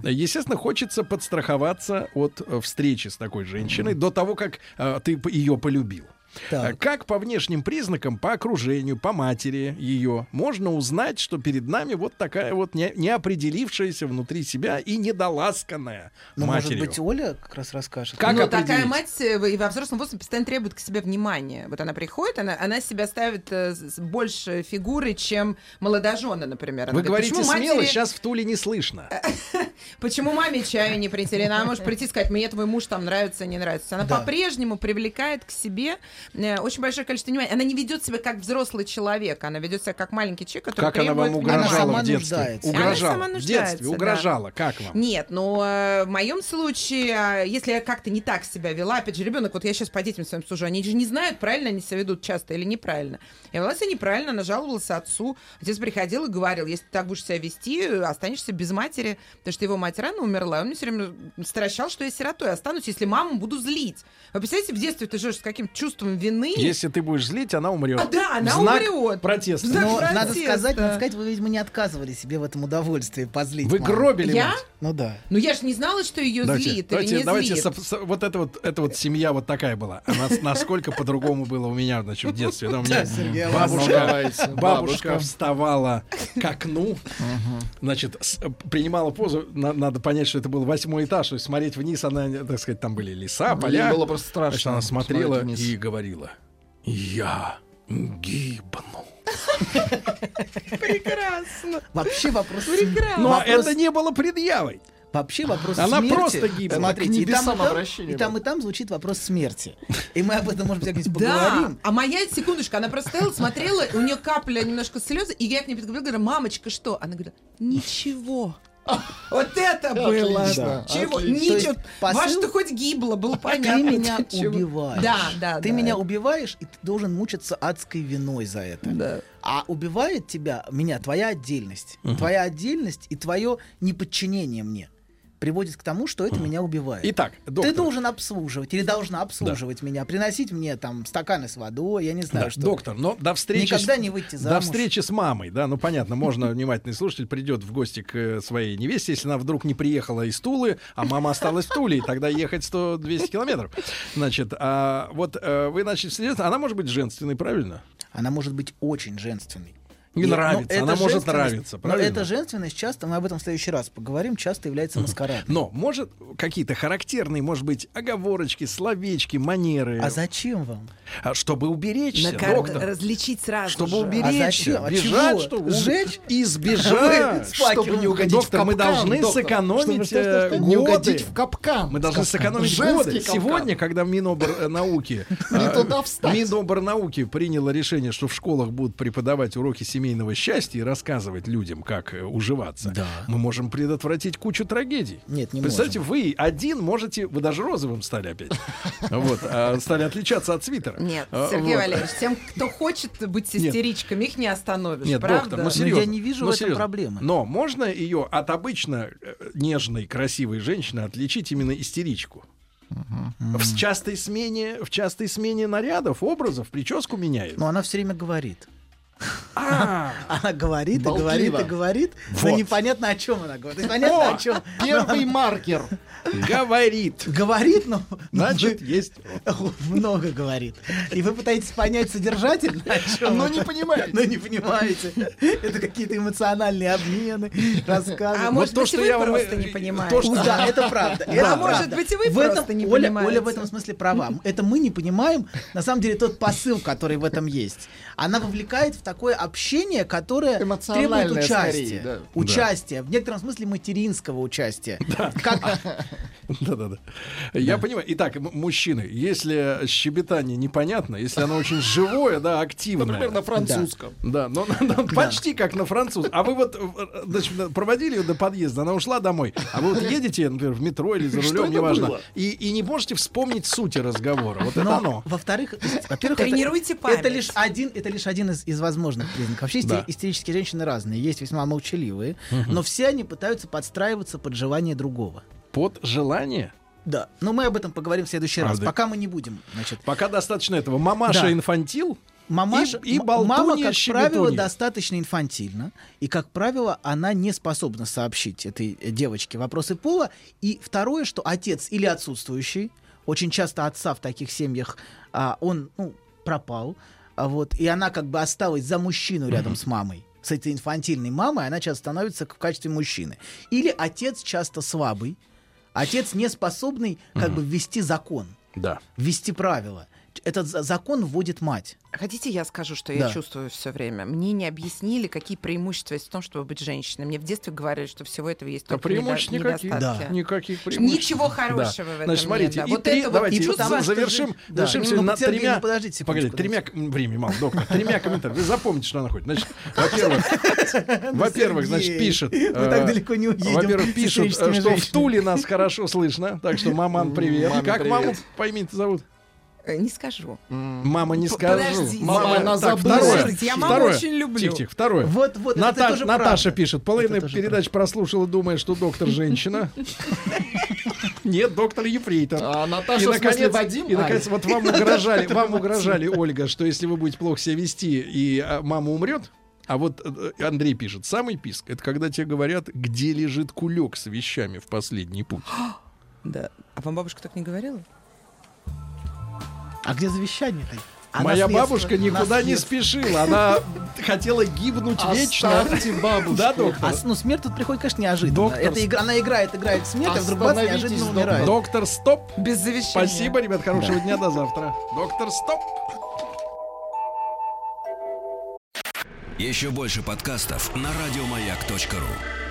Speaker 5: естественно, хочется подстраховаться от э, встречи с такой женщиной до того, как э, ты п- ее полюбил.
Speaker 6: Так.
Speaker 5: А Как по внешним признакам, по окружению, по матери ее, можно узнать, что перед нами вот такая вот не, неопределившаяся внутри себя и недоласканная
Speaker 6: Ну,
Speaker 5: матерью?
Speaker 6: может быть, Ну, Оля как раз расскажет.
Speaker 5: Как
Speaker 7: Но
Speaker 5: определить?
Speaker 7: такая мать э, во- и во взрослом возрасте постоянно требует к себе внимания. Вот она приходит, она, она себя ставит э, с- с больше фигуры, чем молодожена, например. Она
Speaker 5: Вы
Speaker 7: говорит,
Speaker 5: говорите
Speaker 7: «Почему
Speaker 5: смело,
Speaker 7: матери-
Speaker 5: сейчас в Туле не слышно.
Speaker 7: Почему маме чаю не принесли? Она может прийти и сказать, мне твой муж там нравится, не нравится. Она
Speaker 6: Да.
Speaker 7: по-прежнему привлекает к себе э, очень большое количество внимания. Она не ведет себя как взрослый человек, она ведет себя как маленький человек, который
Speaker 5: Как она
Speaker 7: требует
Speaker 5: вам
Speaker 7: внимания.
Speaker 5: угрожала
Speaker 6: сама
Speaker 5: в детстве?
Speaker 6: нуждается.
Speaker 7: А Она
Speaker 5: Угрожала.
Speaker 7: сама
Speaker 5: в
Speaker 7: нуждается,
Speaker 5: детстве
Speaker 7: да.
Speaker 5: угрожала. Как вам?
Speaker 7: Нет, но э, в моем случае, а, если я как-то не так себя вела, опять же, ребенок, вот я сейчас по детям своим сужу, они же не знают, правильно они себя ведут часто или неправильно. Я вела себя неправильно, она жаловалась отцу. Отец приходил и говорил, если ты так будешь себя вести, э, останешься без матери, потому что его мать рано умерла. и Он мне все время стращал, что я сиротой останусь, если маму буду злить. Вы представляете, в детстве ты живешь с каким чувством вины.
Speaker 5: Если ты будешь злить, она умрет.
Speaker 7: А, да,
Speaker 5: В
Speaker 7: она
Speaker 5: знак
Speaker 7: умрет. Ну,
Speaker 5: протеста. Ну,
Speaker 7: В знак
Speaker 6: Но
Speaker 7: протеста.
Speaker 6: Ну, надо сказать, надо сказать, вы, видимо, не отказывали себе в этом удовольствии позлить.
Speaker 5: Вы
Speaker 6: маму.
Speaker 5: гробили
Speaker 7: Я?
Speaker 5: мать.
Speaker 6: Ну да.
Speaker 7: Ну я же не знала, что ее злит
Speaker 5: давайте,
Speaker 7: или не
Speaker 5: давайте
Speaker 7: злит.
Speaker 5: со- со- вот это вот, это вот семья вот такая была. Она с- насколько по-другому было у меня, значит, в детстве. Да, у меня
Speaker 6: Сергей
Speaker 5: бабушка,
Speaker 8: Волновается.
Speaker 5: бабушка
Speaker 8: Бабушка.
Speaker 5: вставала к окну, значит, с- принимала позу. На- надо понять, что это был восьмой этаж, то есть смотреть вниз, она, так сказать, там были леса, поля.
Speaker 8: Ей было просто страшно
Speaker 5: Значит, она смотрела
Speaker 8: смотреть вниз.
Speaker 5: и говорила, я гибну.
Speaker 7: Прекрасно.
Speaker 6: Вообще вопрос...
Speaker 7: Прекрасно.
Speaker 5: Но
Speaker 6: вопрос-
Speaker 5: это не было предъявой.
Speaker 6: Вообще вопрос
Speaker 5: Она
Speaker 6: смерти.
Speaker 5: просто гибла.
Speaker 8: К
Speaker 6: Смотрите, и там,
Speaker 8: небесам
Speaker 6: и там,
Speaker 8: обращение
Speaker 6: и там, и там звучит вопрос смерти. И мы об этом, может быть, как-нибудь
Speaker 7: Да,
Speaker 6: поговорим.
Speaker 7: а моя, секундочку, она просто стояла, смотрела, у нее капля немножко слезы, и я к ней подговорила, говорю, мамочка, что? Она говорит, ничего. Вот это было.
Speaker 8: Отлично,
Speaker 7: Чего?
Speaker 8: отлично.
Speaker 6: То есть
Speaker 7: Ничего.
Speaker 6: посыл-
Speaker 7: Ваш, что хоть гибло, было
Speaker 6: Ты
Speaker 7: понятно.
Speaker 6: меня
Speaker 7: Чего?
Speaker 6: убиваешь.
Speaker 7: Да, да,
Speaker 6: Ты
Speaker 7: да.
Speaker 6: меня убиваешь, и ты должен мучиться адской виной за это.
Speaker 7: Да.
Speaker 6: А убивает тебя, меня, твоя отдельность. Твоя отдельность и твое неподчинение мне приводит к тому, что это меня убивает.
Speaker 5: Итак, доктор.
Speaker 6: Ты должен обслуживать или должна обслуживать меня, приносить мне там стаканы с водой, я не знаю,
Speaker 5: Да,
Speaker 6: что.
Speaker 5: доктор, но до встречи...
Speaker 6: Никогда
Speaker 5: с-
Speaker 6: не выйти
Speaker 5: До
Speaker 6: замуж.
Speaker 5: встречи с мамой, да, ну понятно, можно внимательный слушатель придет в гости к э, своей невесте, если она вдруг не приехала из Тулы, а мама осталась в Туле, и тогда ехать 100-200 километров. Значит, а вот э, вы начали следить, она может быть женственной, правильно?
Speaker 6: Она может быть очень женственной.
Speaker 5: Не
Speaker 6: но
Speaker 5: нравится,
Speaker 6: эта
Speaker 5: она может
Speaker 6: женственность-
Speaker 5: нравиться,
Speaker 6: но
Speaker 5: правильно?
Speaker 6: эта женственность часто, мы об этом в следующий раз поговорим, часто является маскарадом.
Speaker 5: Но может какие-то характерные, может быть, оговорочки, словечки, манеры,
Speaker 6: А зачем вам?
Speaker 5: А чтобы уберечься,
Speaker 7: На кар-
Speaker 5: доктор.
Speaker 7: Различить сразу
Speaker 5: Чтобы
Speaker 7: же.
Speaker 5: уберечься,
Speaker 6: зачем? А
Speaker 5: бежать,
Speaker 6: чего?
Speaker 5: чтобы
Speaker 6: Сжечь?
Speaker 5: и сбежать,
Speaker 6: С факелом.
Speaker 5: чтобы не угодить
Speaker 8: Доктор,
Speaker 5: в капкан. Мы должны
Speaker 8: доктор.
Speaker 5: сэкономить
Speaker 8: Чтобы
Speaker 5: э,
Speaker 8: не
Speaker 5: годы.
Speaker 8: угодить в капкан.
Speaker 5: Мы должны сэкономить
Speaker 8: Женский
Speaker 5: годы.
Speaker 8: капкан. А.
Speaker 5: Сегодня, когда э, Минобрнауки
Speaker 8: Не туда встать.
Speaker 5: Минобрнауки приняло решение, что в школах будут преподавать уроки семейного счастья и рассказывать людям, как э, уживаться, мы можем предотвратить кучу трагедий.
Speaker 6: Нет, не
Speaker 5: Представьте, вы один можете, вы даже розовым стали опять, вот, а, стали отличаться от свитера.
Speaker 7: Нет,
Speaker 5: А,
Speaker 7: Сергей
Speaker 5: вот.
Speaker 7: Валерьевич, тем, кто хочет быть истеричками, их не остановишь,
Speaker 5: Нет,
Speaker 7: правда?
Speaker 5: доктор, ну
Speaker 6: я
Speaker 5: серьезно.
Speaker 6: не вижу
Speaker 5: ну,
Speaker 6: в этом
Speaker 5: серьезно.
Speaker 6: проблемы.
Speaker 5: Но можно ее от обычно э, нежной, красивой женщины отличить именно истеричку? В частой смене, в частой смене нарядов, образов, прическу меняет.
Speaker 6: Но она все время говорит.
Speaker 5: А,
Speaker 6: Она говорит и
Speaker 8: Болтлива.
Speaker 6: говорит и говорит,
Speaker 5: Вот.
Speaker 6: но непонятно о чем она говорит. То есть понятно
Speaker 5: О!
Speaker 6: о чем.
Speaker 8: Первый маркер.
Speaker 5: говорит.
Speaker 6: Говорит, но
Speaker 5: Значит, есть.
Speaker 6: много говорит. И вы пытаетесь понять содержательно, о чем.
Speaker 8: Но
Speaker 6: она.
Speaker 8: не понимаете.
Speaker 6: Но не понимаете. Это какие-то эмоциональные обмены, рассказы.
Speaker 7: А
Speaker 5: Вот
Speaker 7: может
Speaker 5: то,
Speaker 7: быть,
Speaker 5: что
Speaker 7: вы
Speaker 5: я вам и-
Speaker 7: просто не
Speaker 5: и-
Speaker 7: понимаете.
Speaker 5: то, что-
Speaker 6: Да, А, это правда. это
Speaker 7: А может
Speaker 6: правда.
Speaker 7: быть, и вы
Speaker 6: В этом
Speaker 7: просто не
Speaker 6: Оля,
Speaker 7: понимаете.
Speaker 6: Оля в этом смысле права. Это мы не понимаем, на самом деле, тот посыл, который в этом есть. Она вовлекает в такое общение, которое требует
Speaker 8: Эмоциональное
Speaker 6: участия.
Speaker 8: скорее, да.
Speaker 6: Участия. В некотором смысле материнского участия. Как
Speaker 5: Да-да-да. Я понимаю. Итак, м- мужчины, если щебетание непонятно, если оно очень живое, да, активное.
Speaker 8: Например, на французском.
Speaker 5: Да, но, но- но почти как на француз. А вы вот э, значит, проводили ее до подъезда, она ушла домой. А вы вот едете, например, в метро или за
Speaker 8: Что
Speaker 5: рулем,
Speaker 8: это
Speaker 5: неважно,
Speaker 8: было?
Speaker 5: и, и не можете вспомнить сути разговора. Вот это
Speaker 6: Но,
Speaker 5: оно.
Speaker 6: во-вторых, во-первых, это-
Speaker 7: Тренируйте
Speaker 6: это,
Speaker 7: память.
Speaker 6: лишь один, это лишь один из, из возможных признаков. Вообще исти-
Speaker 5: Да.
Speaker 6: истерические женщины разные, есть весьма молчаливые, но все они пытаются подстраиваться под желание другого.
Speaker 5: Под желание.
Speaker 6: Да, но мы об этом поговорим в следующий раз.
Speaker 5: Правда.
Speaker 6: Пока мы не будем. Значит,
Speaker 5: Пока достаточно этого. Мамаша
Speaker 6: Да.
Speaker 5: инфантил.
Speaker 6: мамаш,
Speaker 5: И- и
Speaker 6: м- мама,
Speaker 5: болтунья,
Speaker 6: как
Speaker 5: щебетунья.
Speaker 6: правило, достаточно инфантильна, и, как правило, она не способна сообщить этой э, девочке вопросы пола. И второе, что отец или отсутствующий, Очень часто отца в таких семьях а, он ну, пропал, а вот, и она как бы осталась за мужчину рядом с мамой. С этой инфантильной мамой она часто становится в качестве мужчины. Или отец часто слабый, отец не способный как бы ввести закон,
Speaker 5: Да.
Speaker 6: ввести правила. Этот за- закон вводит мать.
Speaker 7: Хотите, я скажу, что
Speaker 6: Да.
Speaker 7: я чувствую все время? Мне не объяснили, какие преимущества есть в том, чтобы быть женщиной. Мне в детстве говорили, что всего этого есть
Speaker 5: Да
Speaker 7: только недо-
Speaker 5: преимуществ никаких.
Speaker 7: недостатки.
Speaker 6: Да.
Speaker 5: Никаких преимуществ.
Speaker 7: Ничего хорошего
Speaker 5: Да.
Speaker 7: в этом
Speaker 5: Значит, смотрите,
Speaker 7: нет. да.
Speaker 5: и
Speaker 7: вот
Speaker 5: три-
Speaker 7: это вот
Speaker 5: давайте,
Speaker 7: не
Speaker 5: и
Speaker 7: чувство-
Speaker 6: потому что
Speaker 5: завершим,
Speaker 6: же- да,
Speaker 5: завершим
Speaker 6: ну,
Speaker 5: всё
Speaker 6: ну,
Speaker 5: над
Speaker 6: Сергей,
Speaker 5: тремя...
Speaker 6: ну, подождите секундочку,
Speaker 5: Погодите, тремя... м, Времени мало, доктор. Тремя комментариями. Вы запомните, что она хочет. Значит, во-первых, во-первых, значит,
Speaker 6: Сергей,
Speaker 5: пишет...
Speaker 6: мы
Speaker 5: э,
Speaker 6: так далеко не уедем
Speaker 5: Во-первых,
Speaker 6: с
Speaker 5: пишет, э,
Speaker 6: историческими
Speaker 5: что в
Speaker 6: женщинами.
Speaker 5: Туле нас хорошо слышно. Так что, маман, привет.
Speaker 8: Маме
Speaker 5: Как маму,
Speaker 8: привет.
Speaker 5: поймите, зовут?
Speaker 7: Э, Не скажу.
Speaker 5: Мама, не
Speaker 7: П-
Speaker 5: скажу.
Speaker 7: подождите.
Speaker 8: Мама, она
Speaker 5: Так,
Speaker 8: забыла.
Speaker 5: Второе.
Speaker 7: Подождите, я маму
Speaker 5: Второе.
Speaker 7: очень люблю.
Speaker 5: Тихо-тихо. Второе.
Speaker 6: Вот, вот, это-
Speaker 5: Ната-
Speaker 6: это тоже
Speaker 5: Наташа
Speaker 6: правда.
Speaker 5: пишет. Половина
Speaker 6: Это тоже
Speaker 5: передач прослушала, думая, что доктор женщина. Нет, доктор Ефрейтор.
Speaker 8: А Наташа,
Speaker 5: И
Speaker 8: в смысле,
Speaker 5: наконец,
Speaker 8: Вадим?
Speaker 5: и, наконец,
Speaker 8: Ай.
Speaker 5: вот вам угрожали, вам угрожали, Ольга, что если вы будете плохо себя вести, и а, мама умрет. А вот э, Андрей пишет, самый писк, это когда тебе говорят, где лежит кулек с вещами в последний путь.
Speaker 7: Да. А вам бабушка так не говорила?
Speaker 6: А где завещание-то? А
Speaker 5: Моя
Speaker 6: наследство?
Speaker 5: бабушка никуда не
Speaker 6: Наследство.
Speaker 5: спешила, она хотела гибнуть вечно.
Speaker 8: Оставьте бабушку.
Speaker 5: Да, доктор?
Speaker 6: А с- ну, смерть тут приходит, конечно, неожиданно.
Speaker 5: Доктор-
Speaker 6: Это игра, она играет, играет в смерть, а вдруг бац,
Speaker 8: Остановитесь,
Speaker 6: неожиданно
Speaker 8: доктор.
Speaker 6: умирает.
Speaker 5: Доктор, стоп.
Speaker 7: Без завещания.
Speaker 5: Спасибо, ребят, хорошего дня, до завтра. Доктор, стоп.
Speaker 1: Еще больше подкастов на радиомаяк.ру.